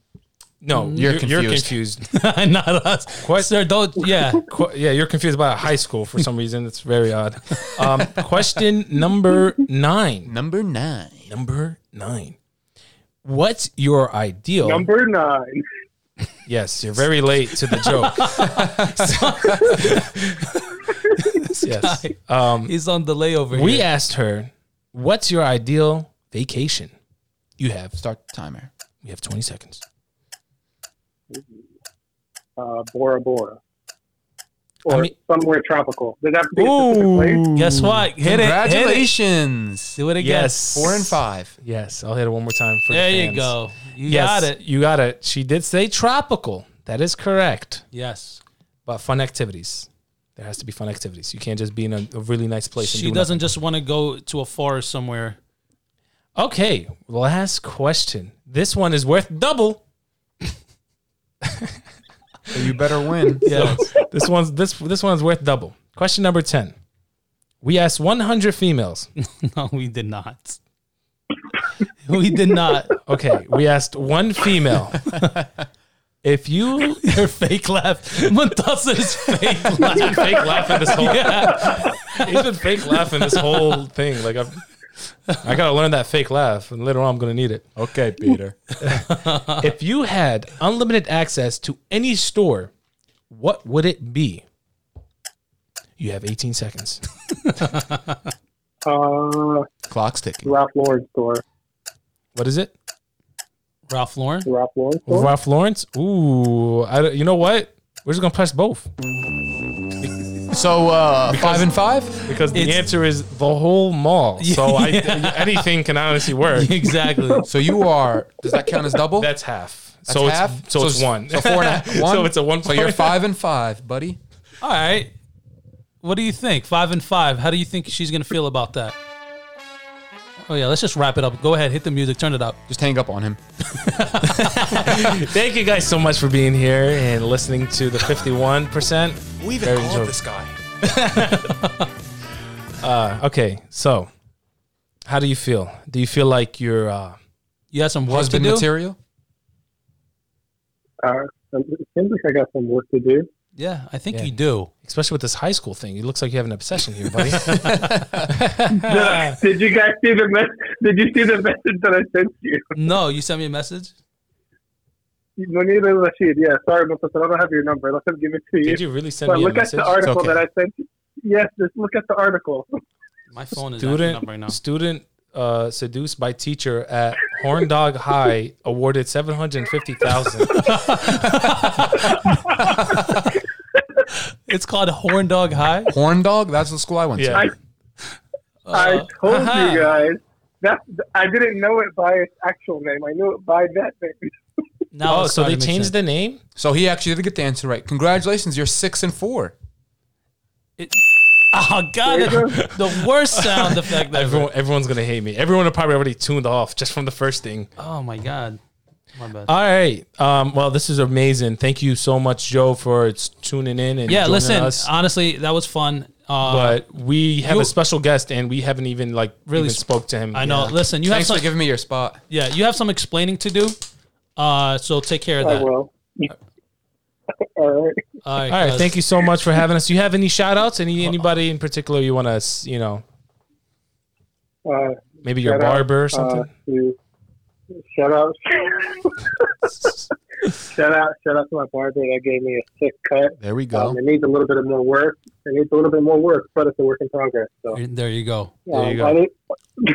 No,
Mm.
You're
you're, you're
confused.
confused.
*laughs* not us. Sir, don't. Yeah. *laughs*
Qu- yeah, you're confused about high school for
*laughs*
some reason. It's very odd. Um, question number nine.
Number nine.
Number nine. What's your ideal?
Number nine.
yes, you're very late to the joke. yes. Um,
He's on delay over
we
here.
asked her, "What's your ideal vacation?" You have
Start the timer.
we have 20 seconds.
Uh, Bora Bora. Or
I mean-
somewhere tropical. Does that have to be a specific place?
Guess what? Hit it. Hit it.
Congratulations.
Do it again.
Four and five.
Yes, I'll hit it one more time for
There
the
you
fans.
go. You
yes,
got it.
You got it. She did say tropical. That is correct.
Yes.
But fun activities. There has to be fun activities. You can't just be in a, a really nice place.
She
and do
doesn't just want to go to a forest somewhere.
Nothing. Okay. Last question. This one is worth double.
So you better win.
Yeah.
This one's this this one's worth double. Question number ten. We asked 100 females.
*laughs* no, we did not. *laughs* we did not.
Okay, we asked one *laughs* female. If you
Your fake laugh. Muntasser's fake laugh.
*laughs* He's been fake laughing this whole. He's been fake laughing this whole thing. Like I've, I gotta learn that fake laugh, and later on I'm gonna need it.
okay, Peter.
*laughs* If you had unlimited access to any store, what would it be? You have 18 seconds.
Uh,
Clock's ticking.
Ralph Lauren store.
What is it?
Ralph Lauren. *laughs*
Ralph Lauren store.
Ralph Lawrence. Ooh, I, don't- you know what? We're just gonna press both
So uh, five and five.
because the
It's-
answer is the whole mall. So *laughs* I, anything can honestly work.
exactly.
So you are. Does that count as double?
That's half.
That's
so
half.
it's so, it's one. *laughs*
So four and a half. One.
So it's a one.
So you're
point.
five and five, buddy.
All right. What do you think? Five and five. How do you think she's gonna feel about that? Oh yeah, let's just wrap it up. Go ahead, hit the music, turn it up.
Just hang up on him.
*laughs* Thank you guys so much for being here and listening to the 51%.
We even
Very called enjoyable. this *laughs*
guy.
Uh, Okay, so how do you feel? Do you feel like you're uh,
You got some work
Husband
to do.
material.
Uh, it seems like I got some work to do.
Yeah, I think
Yeah.
you do.
especially with this high school thing? It looks like you have an obsession here,
*laughs*
buddy. *laughs*
Did you guys see the mess? Did you see the *laughs* message that I sent you?
No, you sent me a message.
Monita Rashid. Yeah, sorry, Mufasa, I don't have your number. Let them give it to you.
Did you really send
But
me a
look at
message?
the article
okay.
that I sent. you. Yes, just look at the article.
My phone is acting up
Student,
right now.
student uh, seduced by teacher at Horn Dog High awarded 750000
*laughs*
It's called Horn Dog High.
Horn dog. That's the school I went
Yeah.
to.
I, I
Uh,
told
aha.
you guys. That I didn't know it by its actual name. I knew it by that name.
Now
Oh, so they changed the name?
So he actually did get the answer right. Congratulations. You're six and four.
Oh
*laughs*
god, that- the worst sound effect ever.
Everyone, everyone's going to hate me. Everyone probably already tuned off just from the first thing.
Oh my god. My bad.
All right. Um, well, this is amazing. Thank you so much, Joe, for s- tuning in and
yeah,
joining
listen.
us.
Honestly, that was fun. Uh,
but we have
you-
a special guest, and we haven't even like
Really
really
sp-
spoke to him.
I know.
yet.
Listen, you have
Thanks
some.
for giving me your spot.
yeah, you have some explaining to do. Uh, so take care of
I
that.
will. Oh, *laughs* All right.
All right.
All right.
guys.
Thank you so much for having us. Do you have any shout outs? Any anybody in particular you want to you know
Uh,
maybe your
shout out,
barber or something?
Uh, to, shout
*laughs*
out. shout out. Shout out to my barber that gave me a sick cut.
There we
Um, it needs a little bit of more work. It needs a little bit more work, but it's a work in progress. So,
There you go,
um,
you go.
Other,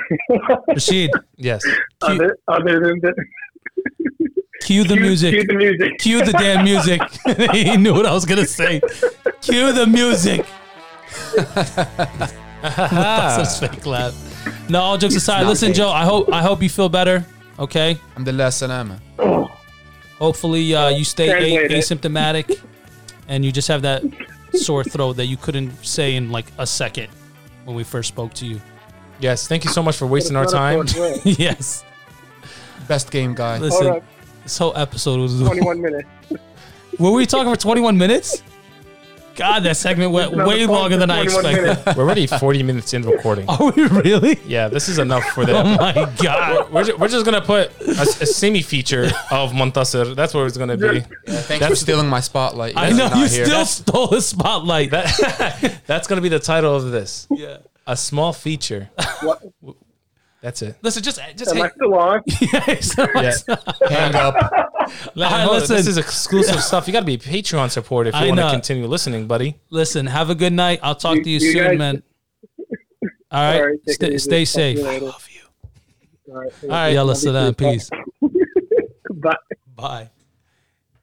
*laughs*
*laughs* Rashid.
yes.
other, other than the,
Cue the
cue-
music.
Cue the music.
Cue *laughs* the damn music. he knew what I was gonna say. Cue the music. *laughs* That's fake laugh. No, all jokes aside, listen, Joe. I hope I hope you feel better. Okay.
Alhamdulillah, salama.
Hopefully, uh, you stay a-
Translate it. *laughs*
asymptomatic, and you just have that sore throat that you couldn't say in like a second when we first spoke to you. *laughs*
Yes, thank you so much for wasting our time.
yes.
Best game
*laughs*
guy.
Listen,
Hold up,
this whole episode was.
21 minutes.
*laughs* Were we talking for 21 minutes? God, that segment went
Another
way
phone
longer
for
than I
21
expected.
minutes.
We're already 40 minutes in *laughs* recording.
*laughs* Are we really?
Yeah, this is enough for that.
Oh my
*laughs*
God.
We're, ju- we're just gonna put a, a semi feature of Montasser. That's where it's gonna be.
Thanks for stealing my spotlight.
I
You're
know
not
you
here.
still stole the spotlight.
That, *laughs* that's gonna be the title of this.
*laughs* yeah.
A small feature.
What?
That's it.
Listen, just just
Am
*laughs*
I
hit.
still on?
Yes, *laughs*
Yeah.
hang up.
All right,
Hold on,
listen,
This is exclusive stuff. You gotta be Patreon supporter if
I
you want
know.
to continue listening, buddy.
listen. Have a good night. I'll talk
You-
to you,
you
soon,
guys-
man. All right,
All right, take it
stay,
easy.
stay
Talk to
safe.
you
All
later. right,
right, y'all. Listen to that. Peace.
Bye.
Bye.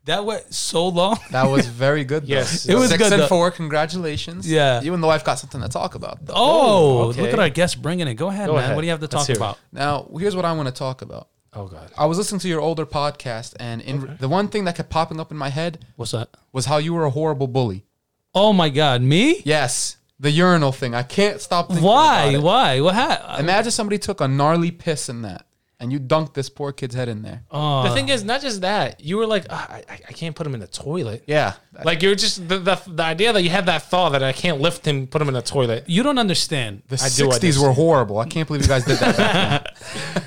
That went so long.
That was very good. Though.
Yes.
It was
six
good,
and
though.
four. Congratulations.
Yeah.
You and the wife got something to talk about. though.
*laughs* Oh,
okay.
look at our guest bringing it. Go ahead,
Go
man.
ahead.
What do you have to talk
Let's hear it.
about?
Now, here's what I want to talk about.
Oh god.
I was listening to your older podcast, and in the one thing that kept popping up in my head
What's that?
was how you were a horrible bully.
Oh my God, me?
Yes, the urinal thing. I can't stop. Thinking about
Why?
it.
Why? What happened?
Imagine somebody took a gnarly piss in that, and you dunked this poor kid's head in there.
Oh.
the thing is, not just that. You were like, "Ah, I, I I can't put him in the toilet.
Yeah,
Like you're just the, the the idea that you had that thought that I can't lift him, put him in the toilet.
You don't understand.
the
I do
'60s were horrible. I can't believe you guys did that. back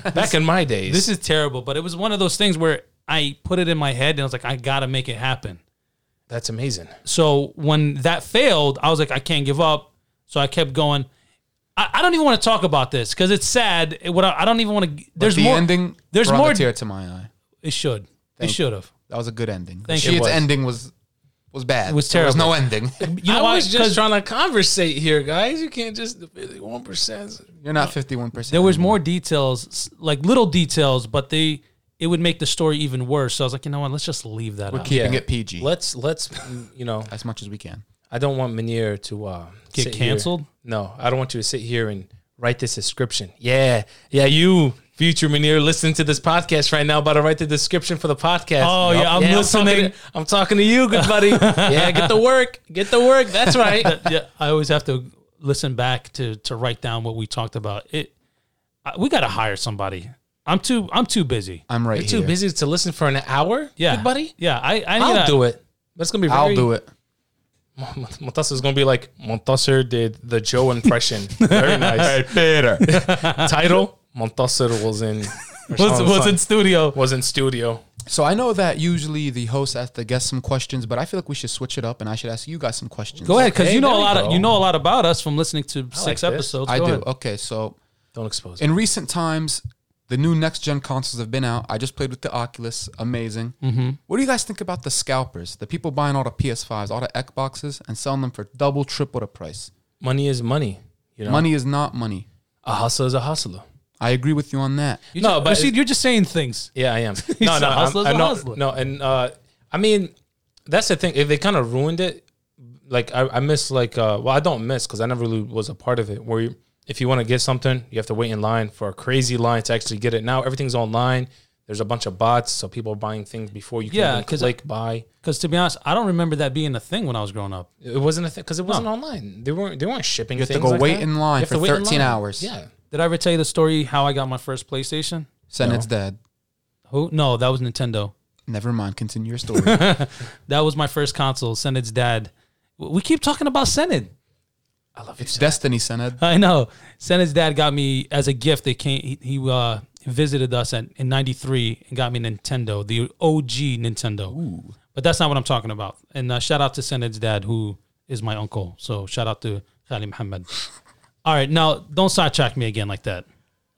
then.
Back in my days,
This is terrible, but it was one of those things where I put it in my head and I was like, I gotta make it happen.
that's amazing.
So when that failed, I was like, I can't give up. So I kept going. I, I don't even want to talk about this because it's sad. It- what I, I don't even want to. *laughs* There's
the
more.
ending.
there's
brought a
more-
tear to my eye.
It should. it should have.
That was a good ending.
Thank you.
she,
It
its
was.
ending was was bad. It
was
There was no ending.
*laughs* You know
I
why?
was just
'Cause
trying to conversate here, guys. You can't just one percent.
*laughs* You're not 51. percent
there was more details, s- like little details, but they it would make the story even worse. So I was like, you know what? Let's just leave that *laughs* out.
keeping
Yeah.
it PG
Let's let's you know.
as much as we can.
I don't want Manier to uh,
Get
sit here.
canceled?
No, I don't want you to sit here and write this description. Yeah, yeah, you future Manier listening to this podcast right now, about to write the description for the podcast.
Oh, yeah, I'm
talking
listening.
to- I'm talking to you, good buddy. yeah, get the work, get the work. That's right.
yeah, I always have to listen back to to write down what we talked about. It. I, we gotta hire somebody. I'm too. I'm too busy.
I'm right
You're
here.
too busy to listen for an hour.
Yeah,
good buddy.
Yeah, I. I
I'll
need
do it. That's gonna be. Very,
I'll do it.
Montasser's gonna be like Montasser did the Joe impression. Very nice. *laughs* Title: Montasser was in
*laughs*
Oh,
Was, was in studio.
was in studio.
So I know that usually the host asks the guests some questions, but I feel like we should switch it up and I should ask you guys some questions.
Go ahead, because
Okay,
you know
there
a
we
lot of
go.
you know a lot about us from listening to six
this.
episodes.
I
Go
do.
ahead.
Okay, so
Don't expose.
in recent times, the new next gen consoles have been out. I just played with the Oculus, amazing. Mm-hmm. What do you guys think about the scalpers, the people buying all the PS5s, all the Xboxes, and selling them for double, triple the price?
money is money. You know,
Money is not money.
a hustler is a hustler.
I agree with you on that.
You
No,
just-
but
see,
it's-
you're just saying things.
Yeah, I
*laughs*
am. No,
a
no, I'm-
hustler's
I
a
know-
hustler.
no, and uh, I mean, that's the thing. If they kind of ruined it, like I, I miss like uh, well, I don't miss because I never really was a part of it. Where you, if you want to get something, you have to wait in line for a crazy line to actually get it. Now everything's online. There's a bunch of bots, so people are buying things before you can
Yeah,
even
'cause
click buy.
Because to be honest, I don't remember that being a thing when I was growing up.
It wasn't a thing because it wasn't online. They weren't they weren't shipping. You
have to go wait in line for 13 hours.
Yeah,
Did I ever tell you the story how I got my first PlayStation?
Sen, it's dead.
Who? No, that was Nintendo.
Never mind. Continue your story.
That was my first console. Sened's dad. W- We keep talking about Sened.
I love you.
Destiny, Sened.
I know. Sened's dad got me as a gift. They came. He, he uh, visited us at, in '93 and got me Nintendo, the OG Nintendo. But that's not what I'm talking about. And uh, shout out to Sened's dad, who is my uncle. So shout out to Khali Muhammad. All right, now don't sidetrack me again like that.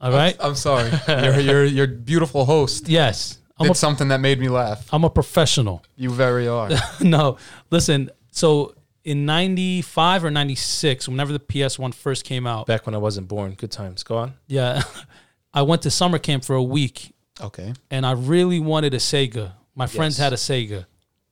All right.
I'm sorry. your, your, your beautiful host
Yes, I'm a,
did something that made me laugh.
I'm a professional. *laughs*
You very are.
no, listen. So in 95 or 96, whenever the PS1 first came out,
Back when I wasn't born. Good times. Go on.
yeah, *laughs* I went to summer camp for a week
okay.
and I really wanted a Sega. My friends had a Sega.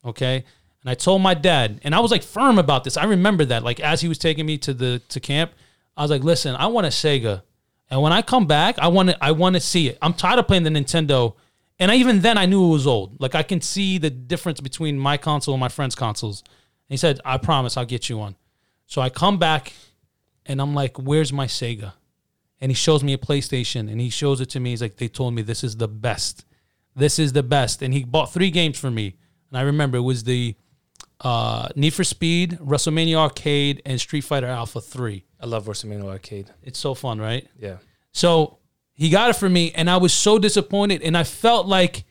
Okay. And I told my dad, and I was like firm about this. I remember that, like as he was taking me to the to camp, I was like, "Listen, I want a Sega, and when I come back, I want to I want to see it. I'm tired of playing the Nintendo." And I, even then, I knew it was old. Like I can see the difference between my console and my friend's consoles. And he said, "I promise, I'll get you one." So I come back, and I'm like, "Where's my Sega?" And he shows me a PlayStation, and he shows it to me. He's like, "They told me this is the best. This is the best." And he bought three games for me. And I remember it was the uh, Need for Speed, WrestleMania Arcade, and Street Fighter Alpha 3.
I love WrestleMania Arcade.
It's so fun, right?
Yeah.
So he got it for me, and I was so disappointed, and I felt like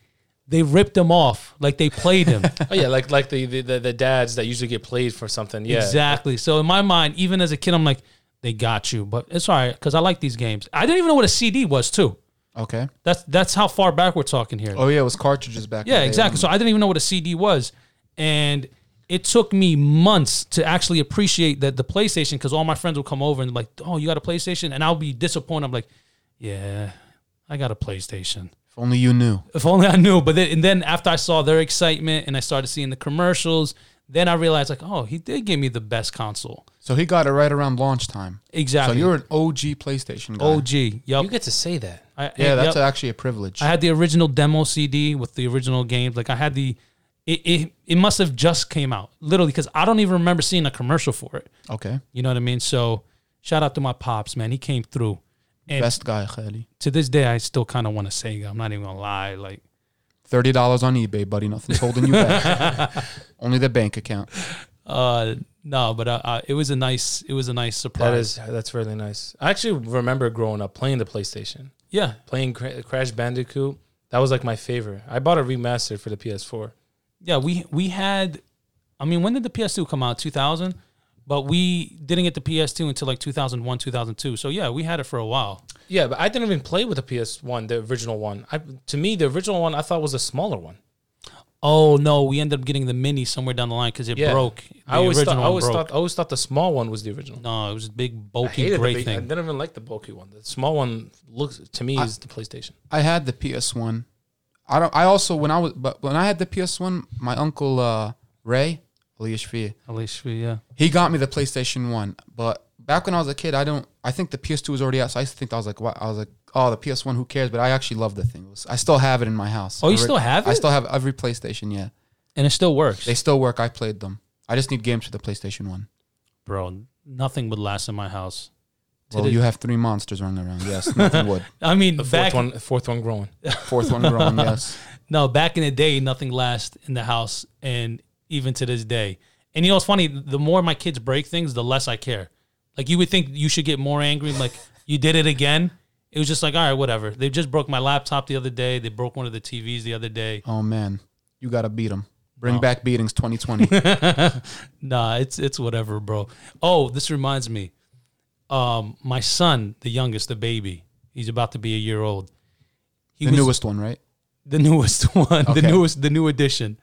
they ripped him off, like they played him.
Oh yeah, like like the the, the, the dads that usually get played for something. Yeah.
Exactly. So in my mind, even as a kid, I'm like, they got you, but it's all right because I like these games. I didn't even know what a CD was too.
Okay.
That's that's how far back we're talking here.
Oh yeah, it was cartridges back. in the
Yeah,
day.
exactly. So I didn't even know what a CD was, and it took me months to actually appreciate that the PlayStation because all my friends would come over and like, "Oh, you got a PlayStation?" and I'll be disappointed. I'm like, "Yeah, I got a PlayStation."
If only you knew.
If only I knew. But then, and then after I saw their excitement and I started seeing the commercials, then I realized like, "Oh, he did give me the best console."
So he got it right around launch time. So
Exactly.
you're an OG PlayStation guy.
OG. Yep.
You get to say that.
I,
Yeah, that's
yep.
actually a privilege.
I had the original demo CD with the original games. Like I had the, it it, it must have just came out literally because I don't even remember seeing a commercial for it.
okay.
You know what I mean? So shout out to my pops, man. He came through. And
Best guy, Khali.
to this day, I still kind of want a Sega. I'm not even gonna lie. Like
Thirty dollars on eBay, buddy. Nothing's holding you back.
*laughs*
Only the bank account.
uh no, but uh, uh, it was a nice it was a nice surprise.
That is that's really nice. I actually remember growing up playing the PlayStation,
yeah.
playing Cra- Crash Bandicoot. That was like my favorite. I bought a remaster for the PS4.
Yeah, we we had I mean, when did the PS2 come out? 2000? But we didn't get the PS2 until like 2001, 2002. So yeah, we had it for a while.
Yeah, but I didn't even play with the PS1, the original one. I, to me, the original one I thought was a smaller one.
Oh no, we ended up getting the mini somewhere down the line because it
Yeah.
broke.
I always thought, I
one
always
broke.
thought, I always thought the small one was the original.
no, it was a big
I
bulky
hated the
gray
big- I
thing.
didn't even like the bulky one. The small one looks to me is the PlayStation.
I had the PS One. I don't. I also when I was, but when I had the PS One, my uncle uh, Ray Ali Shafir,
At least, we- yeah.
he got me the PlayStation One. But back when I was a kid, I don't. I think the PS Two was already out. So I used to think I was like, wow. I was like, oh, the PS One, who cares? But I actually love the thing. It was- I still have it in my house.
Oh, you
I re-
still have
I
it?
still have every PlayStation. Yeah,
And it still works,
they still work. I played them. I just need games for the PlayStation One.
bro. Nothing would last in my house.
Well, you have three monsters running around. Yes, nothing would.
I mean,
The
back
fourth one, fourth one growing.
Fourth one growing. Yes.
No, back in the day, nothing lasts in the house, and even to this day. And you know, it's funny. The more my kids break things, the less I care. Like you would think you should get more angry. Like *laughs* you did it again. It was just like, all right, whatever. They just broke my laptop the other day. They broke one of the TVs the other day.
Oh man, you gotta beat them.
Oh.
Bring back beatings
*laughs*
2020.
Nah, it's it's whatever, bro. Oh, this reminds me. Um, my son, the youngest, the baby, he's about to be a year old. He
the
was
newest one, right?
the newest *laughs* one, the
Okay.
newest, the new edition.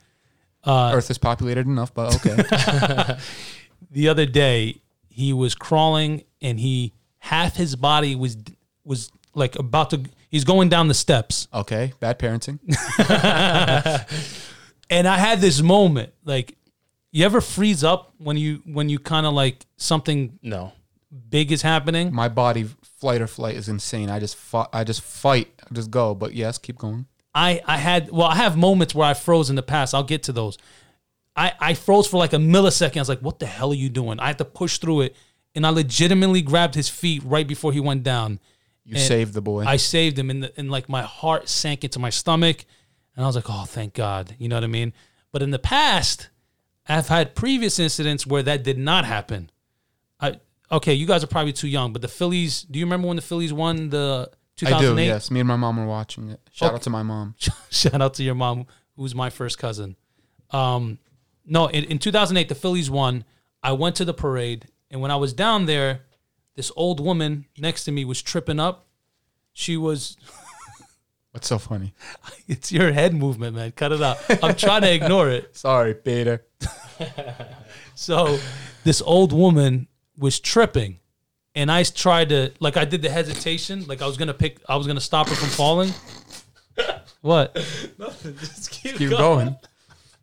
Uh,
Earth is populated enough, but okay.
*laughs* the other day he was crawling and he half his body was was like about to he's going down the steps
okay, bad parenting.
and i had this moment like you ever freeze up when you when you kind of like something
No,
big is happening
My body flight or flight is insane. I just fought, I just fight, I just go. But yes, keep going.
i i had well i have moments where i froze in the past i'll get to those i i froze for like a millisecond i was like what the hell are you doing i had to push through it and i legitimately grabbed his feet right before he went down
You saved the boy.
I saved him, and the, and like my heart sank into my stomach, and I was like, oh, thank God, you know what I mean. But in the past, I've had previous incidents where that did not happen. I okay, you guys are probably too young, but the Phillies. Do you remember when the Phillies won the
I do.
2008?
Yes, me and my mom were watching it. Shout
Oh.
out to my mom.
Shout out to your mom, who's my first cousin. Um, no, in, in 2008, the Phillies won. I went to the parade, and when I was down there, this old woman next to me was tripping up. She was *laughs*
What's so funny?
It's your head movement, man. Cut it out. I'm trying to ignore it.
Sorry, Peter.
So this old woman was tripping. And I tried to like I did the hesitation, like I was gonna pick I was gonna
*laughs*
stop her from falling. what?
just keep,
*laughs*
Keep going.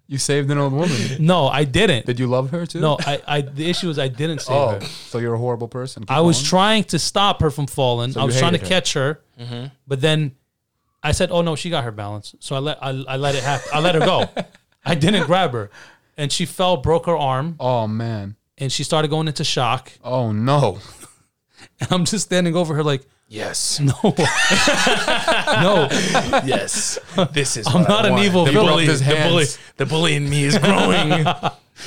You saved an old woman.
No, I didn't.
Did you love her too?
No, I, I the issue is I didn't save
Oh,
her.
so you're a horrible person. Keep
I was
going.
trying to stop her from falling. I
you
was trying to
hated her.
catch her, but then I said, "Oh no, she got her balance." So I let I, I let it happen. I let her
*laughs*
go. I didn't grab her, and she fell, broke her arm,
Oh man.
and she started going into shock.
Oh no.
And I'm just standing over her like, *laughs*
Yes.
"No, *laughs* no,
*laughs* Yes. *laughs* This is.
I'm
what I
not an
wanted.
evil
the
villain.
Bully,
Rubbed his
the bully.
hands.
The bully in me is *laughs* growing.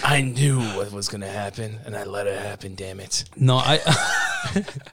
I knew what was gonna happen, and I let it happen. Damn it.
no." I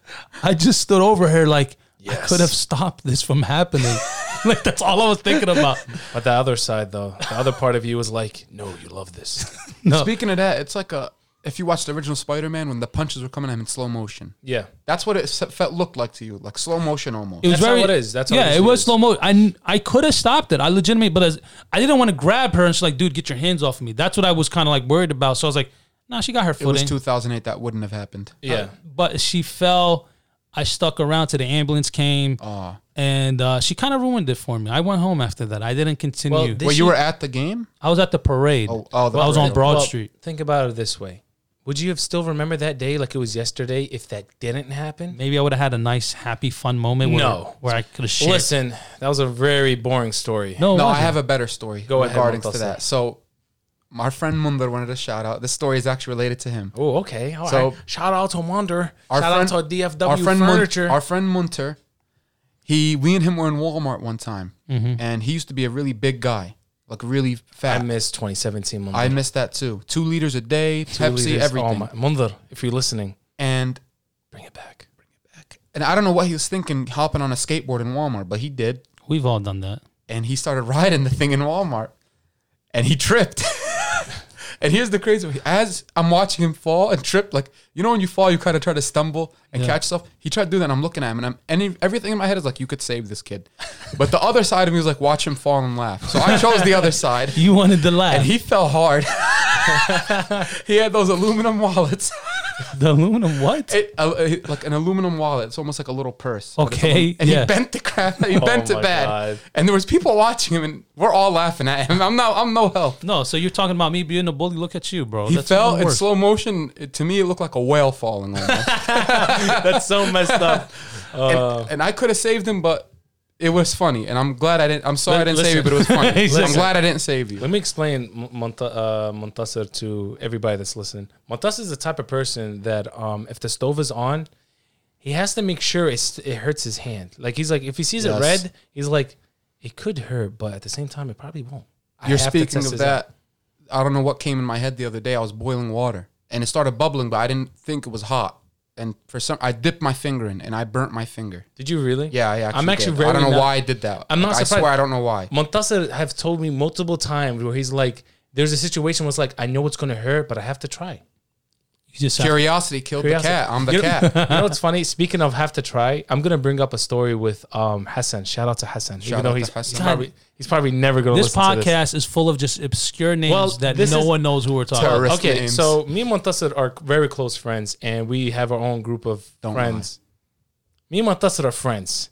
*laughs* I just stood over her like I
Yes.
could have stopped this from happening. *laughs* like that's all I was thinking about.
But the other side, though, the other part of you was like, "No, you love this."
Speaking of that, it's like a if you watched the original Spider-Man when the punches were coming at him in slow motion.
*laughs* Yeah.
That's what it se- felt looked like to you, like slow motion almost.
It was
That's
very.
how it is. That's how
yeah.
it
It,
is.
was slow mo. I kn- I could have stopped it. I legitimately, but as, I didn't want to grab her and she's like, dude, get your hands off of me. That's what I was kind of like worried about. So I was like, nah, she got her
It was
footing.
2008. That wouldn't have happened.
Yeah.
but she fell. I stuck around till the ambulance came,
Oh.
Aw.
and uh, she kind of ruined it for me. I went home after that. I didn't continue.
Well, this-
Well,
Did
you
she-
were at the game.
I was at the parade.
Oh, oh, the
I was on
parade.
Broad
Well,
Street.
Think about it this way: Would you have still remember that day like it was yesterday if that didn't happen?
Maybe I would have had a nice, happy, fun moment. Where,
No.
where I could have shared.
Listen, that was a very boring story.
no,
No, I
wasn't.
have a better story
Go ahead,
regarding to
Montas.
that. So, my friend Mundar wanted a shout out. This story is actually related to him.
Oh, okay. All right.
So-
shout out to Wonder.
Our
shout
friend-
out to DFW
our friend Mun-
Furniture.
our friend Munter, he we and him were in Walmart one time, and he used to be a really big guy, like really
Mm-hmm. I
fat. I,
miss 2017 Munder.
missed that too. Two liters a day,
Two
Pepsi,
leaders.
everything,
Oh my, Munder, if you're listening,
and
bring it back.
and I don't know what he was thinking, hopping on a skateboard in Walmart, but he did,
We've all done that.
and he started riding the thing in Walmart, and he tripped. and here's the crazy: as I'm watching him fall and trip, like you know when you fall, you kind of try to stumble and catch yourself. He tried to do that. and I'm looking at him, and I'm and everything in my head is like, you could save this kid, but the other side of me was like, watch him fall and laugh. So I chose the other side.
*laughs* You wanted to laugh.
And he fell hard. he had those aluminum wallets,
the aluminum what?
It- uh, uh, like an aluminum wallet. It's almost like a little purse. But it's
Okay,
alu- And
yeah.
he bent the crap.
*laughs*
He bent
Oh my
it bad.
God.
And there was people watching him, and we're all laughing at him. I'm no, I'm no help.
No, so you're talking about me being a bully. Look at you, bro.
He
That's
fell
even
in
worse.
slow motion. It- to me, it looked like a whale falling.
*laughs*
almost.
That's so messed up.
and,
Uh.
and I could have saved him, but it was funny. And I'm glad I didn't. I'm sorry I didn't save you, but it was
*laughs*
funny.
Listen.
I'm glad I didn't save you.
Let me explain M- Monta- uh, Montasser to everybody that's listening. Montasser is the type of person that um, if the stove is on, he has to make sure it's, it hurts his hand. Like he's like, if he sees
Yes.
it red, he's like, it could hurt, but at the same time, it probably won't. I
You're
have to
speaking
test
of
this out.
that. I don't know what came in my head the other day. I was boiling water and it started bubbling, but I didn't think it was hot. And for some, I dipped my finger in and I burnt my finger.
Did you really?
Yeah, I actually.
I'm actually
did.
very
I don't know
not-
why I did that.
I'm not
Like, I
surprised.
swear I don't know why.
Montasser have told me multiple times where he's like, there's a situation where it's like, I know it's gonna hurt, but I have to try.
You just have-
Curiosity killed
Curiosity.
the cat. I'm the
You know- *laughs*
cat.
You know what's funny? Speaking of have to try, I'm gonna bring up a story with um Hassan. Shout out to Hassan.
Shout
even though
out to
he's,
Hassan.
he's probably he's probably never gonna
this
listen to this.
podcast is full of just obscure names
Well,
that
this
no
is-
one knows who we're talking. about.
Terrorist. First
Okay,
names.
so me and Montasser are very close friends, and we have our own group of
Don't
friends. Me and Montasser are friends.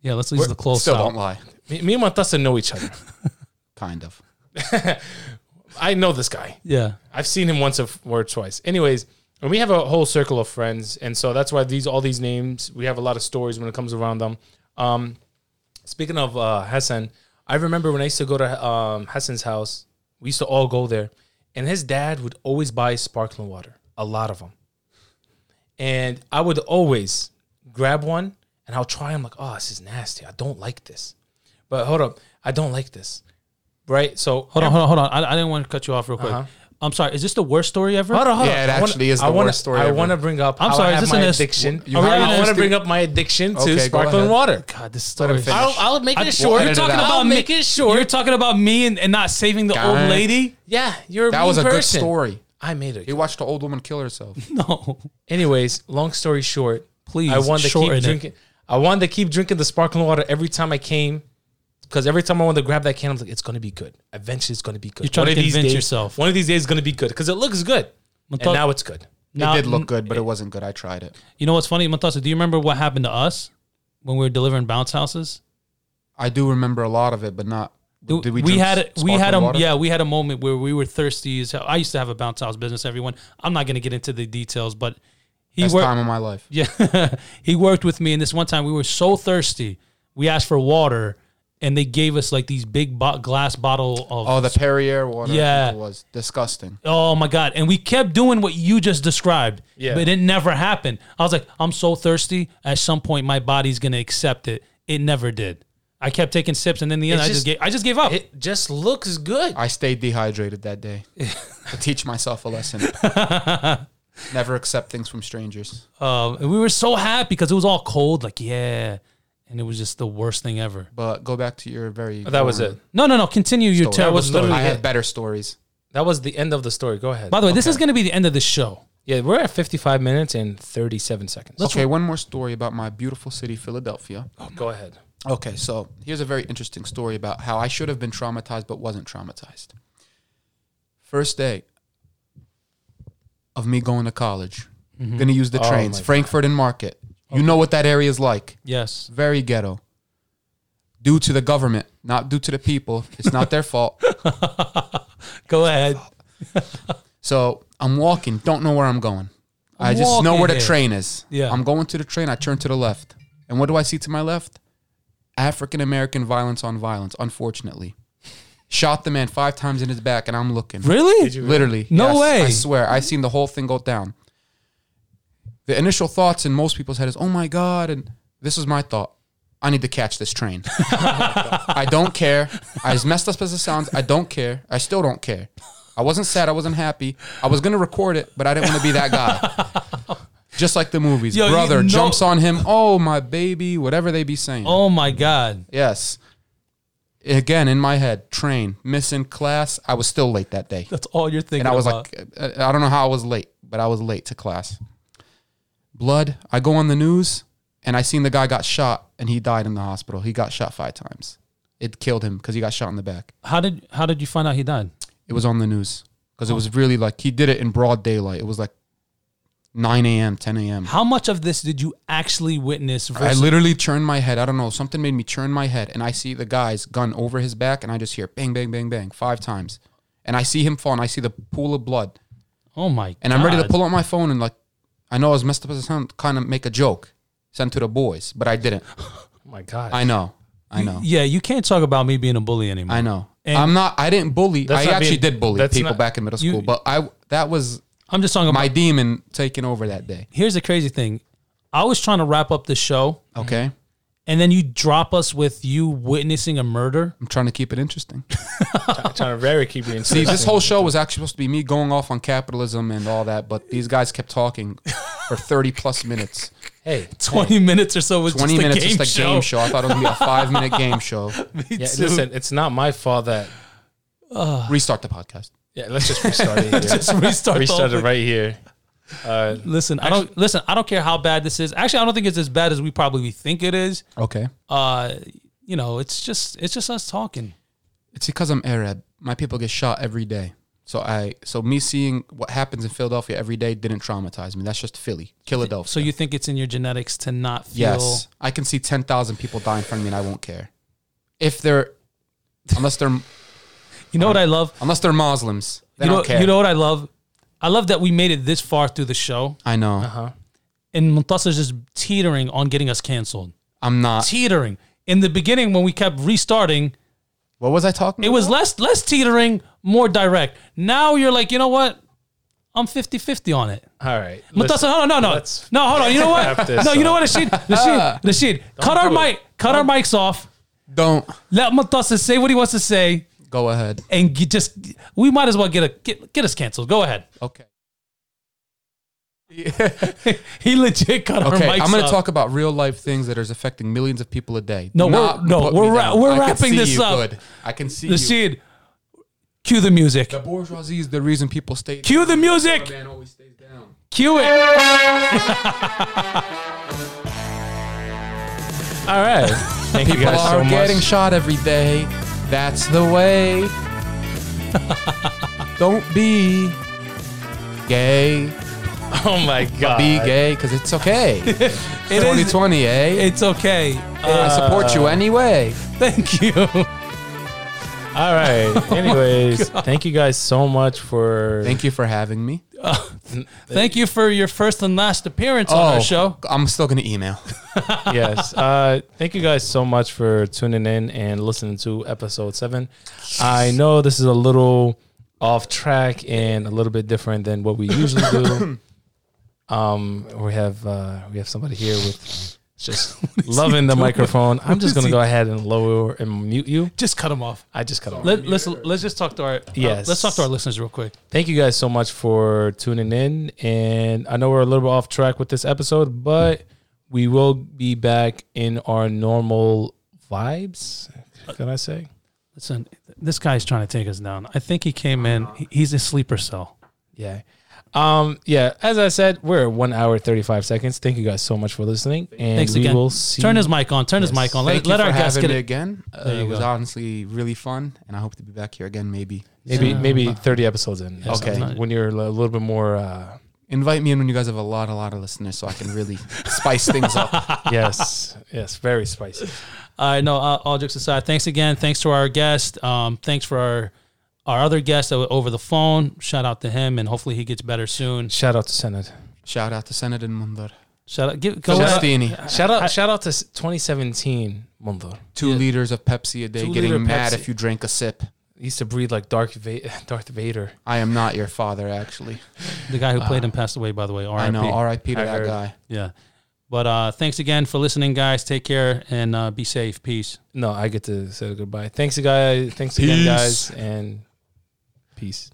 Yeah, let's leave
We're-
the close
Still
out.
don't lie.
Me, me and Montasser know each other.
Kind of.
I know this guy.
Yeah,
I've seen him once of- or twice. Anyways, and we have a whole circle of friends, and so that's why these all these names we have a lot of stories when it comes around them. Um, speaking of uh, Hassan, I remember when I used to go to um, Hassan's house, we used to all go there, and his dad would always buy sparkling water, a lot of them, and I would always grab one and I'll try. I'm like, oh, this is nasty. I don't like this, but hold up, I don't like this, right? So
hold on, hold on, hold on. I, I didn't want to cut you off real quick.
Uh-huh.
I'm sorry. Is this the worst story ever?
Hold on, hold
Yeah,
on.
it
I wanna-
actually is the
I wanna,
worst story
I
ever.
want to bring up.
I'm
how
sorry,
I
is
have
this
my
an est-
addiction.
you
I
have
an
want to
esti-
bring up my addiction
Okay,
to
go
sparkling
ahead.
water.
God, this
Let him
story.
finish.
I'll, I'll make it short.
We'll edit
You're
it
talking
out.
about
I'll
me,
make it short.
You're talking about me and, and not saving the old
Guys.
lady. *laughs*
yeah, you're.
That was a
mean
good
person.
story.
I made it.
He watched an old woman kill herself.
No,
Anyways, long story short,
Please,
I wanted to
shorten it.
keep drinking. I wanted to keep drinking the sparkling water every time I came, because every time I wanted to grab that can, I'm like, it's gonna be good. Eventually, it's gonna be good.
You're trying
One
to
of these
convince
days-
yourself.
One of these days, it's gonna be good because it looks good, and
Monta-
now it's good.
now,
it did look good, but it wasn't good. I tried it.
You know what's funny, Montasa? Do you remember what happened to us when we were delivering bounce houses?
I do remember a lot of it, but not.
Do-
Did we
we
drink
had a, we had a
sparkling water?
yeah we had a moment where we were thirsty as hell. I used to have a bounce house business. Everyone, I'm not going to get into the details, but he
Best
worked.
time of my life.
*laughs* Yeah, he worked with me, and this one time we were so thirsty, we asked for water, and they gave us like these big bo- glass bottle of.
Oh, the Perrier water.
Yeah.
was disgusting.
Oh my god! And we kept doing what you just described,
Yeah.
but it never happened. I was like, I'm so thirsty. At some point, my body's gonna accept it. It never did. I kept taking sips, and then the end,
It's
I just
just-
gave, I just gave up.
It just looks good.
I stayed dehydrated that day. to teach myself a lesson. Never accept things from strangers.
Um, and we were so happy because it was all cold. Like, yeah, and it was just the worst thing ever.
But go back to your very.
that was
boring
it.
No, no, no. Continue your
story.
terrible story.
I have better stories.
That was the end of the story. Go ahead.
By the way, this is gonna be the end of the show.
yeah, we're at 55 minutes and 37 seconds. Oh,
okay, one more story about my beautiful city, Philadelphia.
Go ahead.
Okay, so here's a very interesting story about how I should have been traumatized but wasn't traumatized. First day of me going to college, gonna use the
Oh
trains,
my God.
Frankfurt and Market. You know what that area is like.
Yes.
Very ghetto. Due to the government, not due to the people. It's not their *laughs* fault.
Go ahead.
So I'm walking, don't know where I'm going. i just know
walking
where the
here.
train is.
Yeah.
I'm going to the train, I turn to the left. And what do I see to my left? African American violence on violence, unfortunately. Shot the man five times in his back, and I'm looking.
Really?
Literally.
No
Yes,
way.
I swear. I seen the whole thing go down. The initial thoughts in most people's head is, oh my God. And this is my thought. I need to catch this train. *laughs* I don't care. As messed up as it sounds, I don't care. I still don't care. I wasn't sad. I wasn't happy. I was gonna record it, but I didn't want to be that guy.
*laughs*
Just like the movies,
Yo, you
brother
know-
jumps on him. Oh my baby, whatever they be saying.
Oh my god.
Yes. Again, in my head, train missing class. I was still late that day
That's all you're thinking.
and I was
about.
like, uh, I don't know how I was late, but I was late to class. Blood. I go on the news, and I seen the guy got shot, and he died in the hospital. He got shot five times. It killed him because he got shot in the back.
how did how did you find out he died?
It was on the news because it was really like he did it in broad daylight. It was like 9 a.m., 10 a.m.
How much of this did you actually witness?
I
Versus,
literally turned my head. I don't know. Something made me turn my head, and I see the guy's gun over his back, and I just hear bang, bang, bang, bang five times, and I see him fall, and I see the pool of blood.
oh my.
And I'm ready to
God.
pull out my phone and like, I know I was messed up as a sound, kind of make a joke, send to the boys, but I didn't.
Oh my God.
I know, I know,
Yeah, you can't talk about me being a bully anymore.
I know.
And-
I'm not. I didn't bully.
That's
I
not
actually
being-
did bully
that's
people
not-
back in middle
you-
school, but I that was
I'm just talking about.
my demon taking over that day.
here's the crazy thing. I was trying to wrap up the show,
Okay,
and then you drop us with you witnessing a murder.
I'm trying to keep
*laughs*
it interesting.
I'm trying to very keep you in.
See, this whole show was actually supposed to be me going off on capitalism and all that, but these guys kept talking
*laughs*
for 30 plus minutes. *laughs*
hey,
20 minutes or so was
20
just
minutes
a game
just a
show. *laughs*
game show. I thought it was gonna be a five minute game show.
yeah, listen, it's not my fault that.
Restart the podcast.
Yeah, let's just restart it. Here.
Just restart the whole
restart
thing.
it right here. Uh,
Listen, I don't listen. I don't care how bad this is. Actually, I don't think it's as bad as we probably think it is.
Okay.
Uh, you know, it's just it's just us talking.
It's because I'm Arab. My people get shot every day. So I so me seeing what happens in Philadelphia every day didn't traumatize me. That's just Philly, Philadelphia.
So you think it's in your genetics to not feel?
yes, I can see ten thousand people die in front of me, and I won't care if they're unless they're
You know what I love?
unless they're Muslims. They
you know,
don't care.
you know what I love? I love that we made it this far through the show,
I know.
Uh-huh. and Muntasir's just teetering on getting us canceled.
I'm not.
Teetering. In the beginning, when we kept restarting,
What was I talking?
it was less less teetering, more direct. Now you're like, you know what? I'm 50-50 on it.
all right.
Mutasar,
listen.
hold on, no, no,
let's
no, hold on. You
*laughs*
know
wrap
what?
this
No, you know
up.
what, Rashid,
Ah.
Rashid, Rashid, cut our
do it.
mic, cut our mics off.
Don't
Let Mutasar say what he wants to say,
go ahead.
and get just we might as well get a get, get us canceled. Go ahead. *laughs*
Okay.
he legit cut our
Okay,
mics
I'm going to
off.
talk about real life things that is affecting millions of people a day.
No,
Do
we're-
not
no,
put
we're
me
ra-
down.
we're
I can
wrapping
see
this
you
up.
Good. I can see you.
Rashid, cue the music.
The bourgeoisie is the reason people stay.
Cue the music.
man always stays down.
Cue it.
All right. Thank you
People
guys
are
so
getting
much.
shot every day. That's the
*laughs*
way. Don't be gay.
oh my god.
Be gay because it's okay.
Uh, *laughs* It is.
2020, eh?
It's okay. Uh,
I support you anyway.
thank you.
All
*laughs*
right. Anyways, thank you guys so much for.
Thank you for having me.
Thank you for your first and last appearance on
Oh.
our show.
I'm still gonna email.
yes. Uh, thank you guys so much for tuning in and listening to episode seven. I know this is a little off track and a little bit different than what we usually do. um, we have uh, we have somebody here with just *laughs* loving the microphone. I'm just gonna go ahead and lower and mute you.
Just cut them off.
I just cut off.
Let, let's let's just talk to our yes.
Yes.
let's talk to our listeners real quick.
Thank you guys so much for tuning in. And I know we're a little bit off track with this episode, but we will be back in our normal vibes. Can I say?
Listen, this guy's trying to take us down. I think he came in. he- He's a sleeper cell.
Yeah. Um, yeah, as I said, we're at one hour thirty five seconds. Thank you guys so much for listening. And
Thanks
we
again.
will see
Turn his mic on. Turn his
Yes.
mic on. Let,
Thank you
let
for
our guests
having
get
me
it.
again. Uh,
you
it was
go.
honestly really fun, and I hope to be back here again. Maybe
maybe
Yeah.
maybe thirty episodes in. or
Okay.
something, When you're a little bit more uh
invite me in when you guys have a lot, a lot of listeners, so I can really spice things up.
*laughs* yes, yes, very spicy.
All right, no, uh, all jokes aside, thanks again. Thanks to our guest. Um, thanks for our our other guest that was over the phone. Shout out to him, and hopefully he gets better soon.
Shout out to Senate.
Shout out to Senator Mundar,
Shout out, give, go ahead.
Celestini,
Shout out shout out to twenty seventeen Mundo.
two liters of Pepsi a day,
Two liter
getting mad
Pepsi.
if you drink a sip.
He used to breathe like Darth Vader. *laughs* Darth Vader.
I am not your father, actually.
the guy who played him passed away, by the way. R.I.P.
Uh, I know. R.I.P. to
I
that
heard.
guy.
Yeah, but uh, thanks again for listening, guys. Take care and uh, be safe. Peace.
No, I get to say goodbye. Thanks, guys. Thanks again, guys, and peace.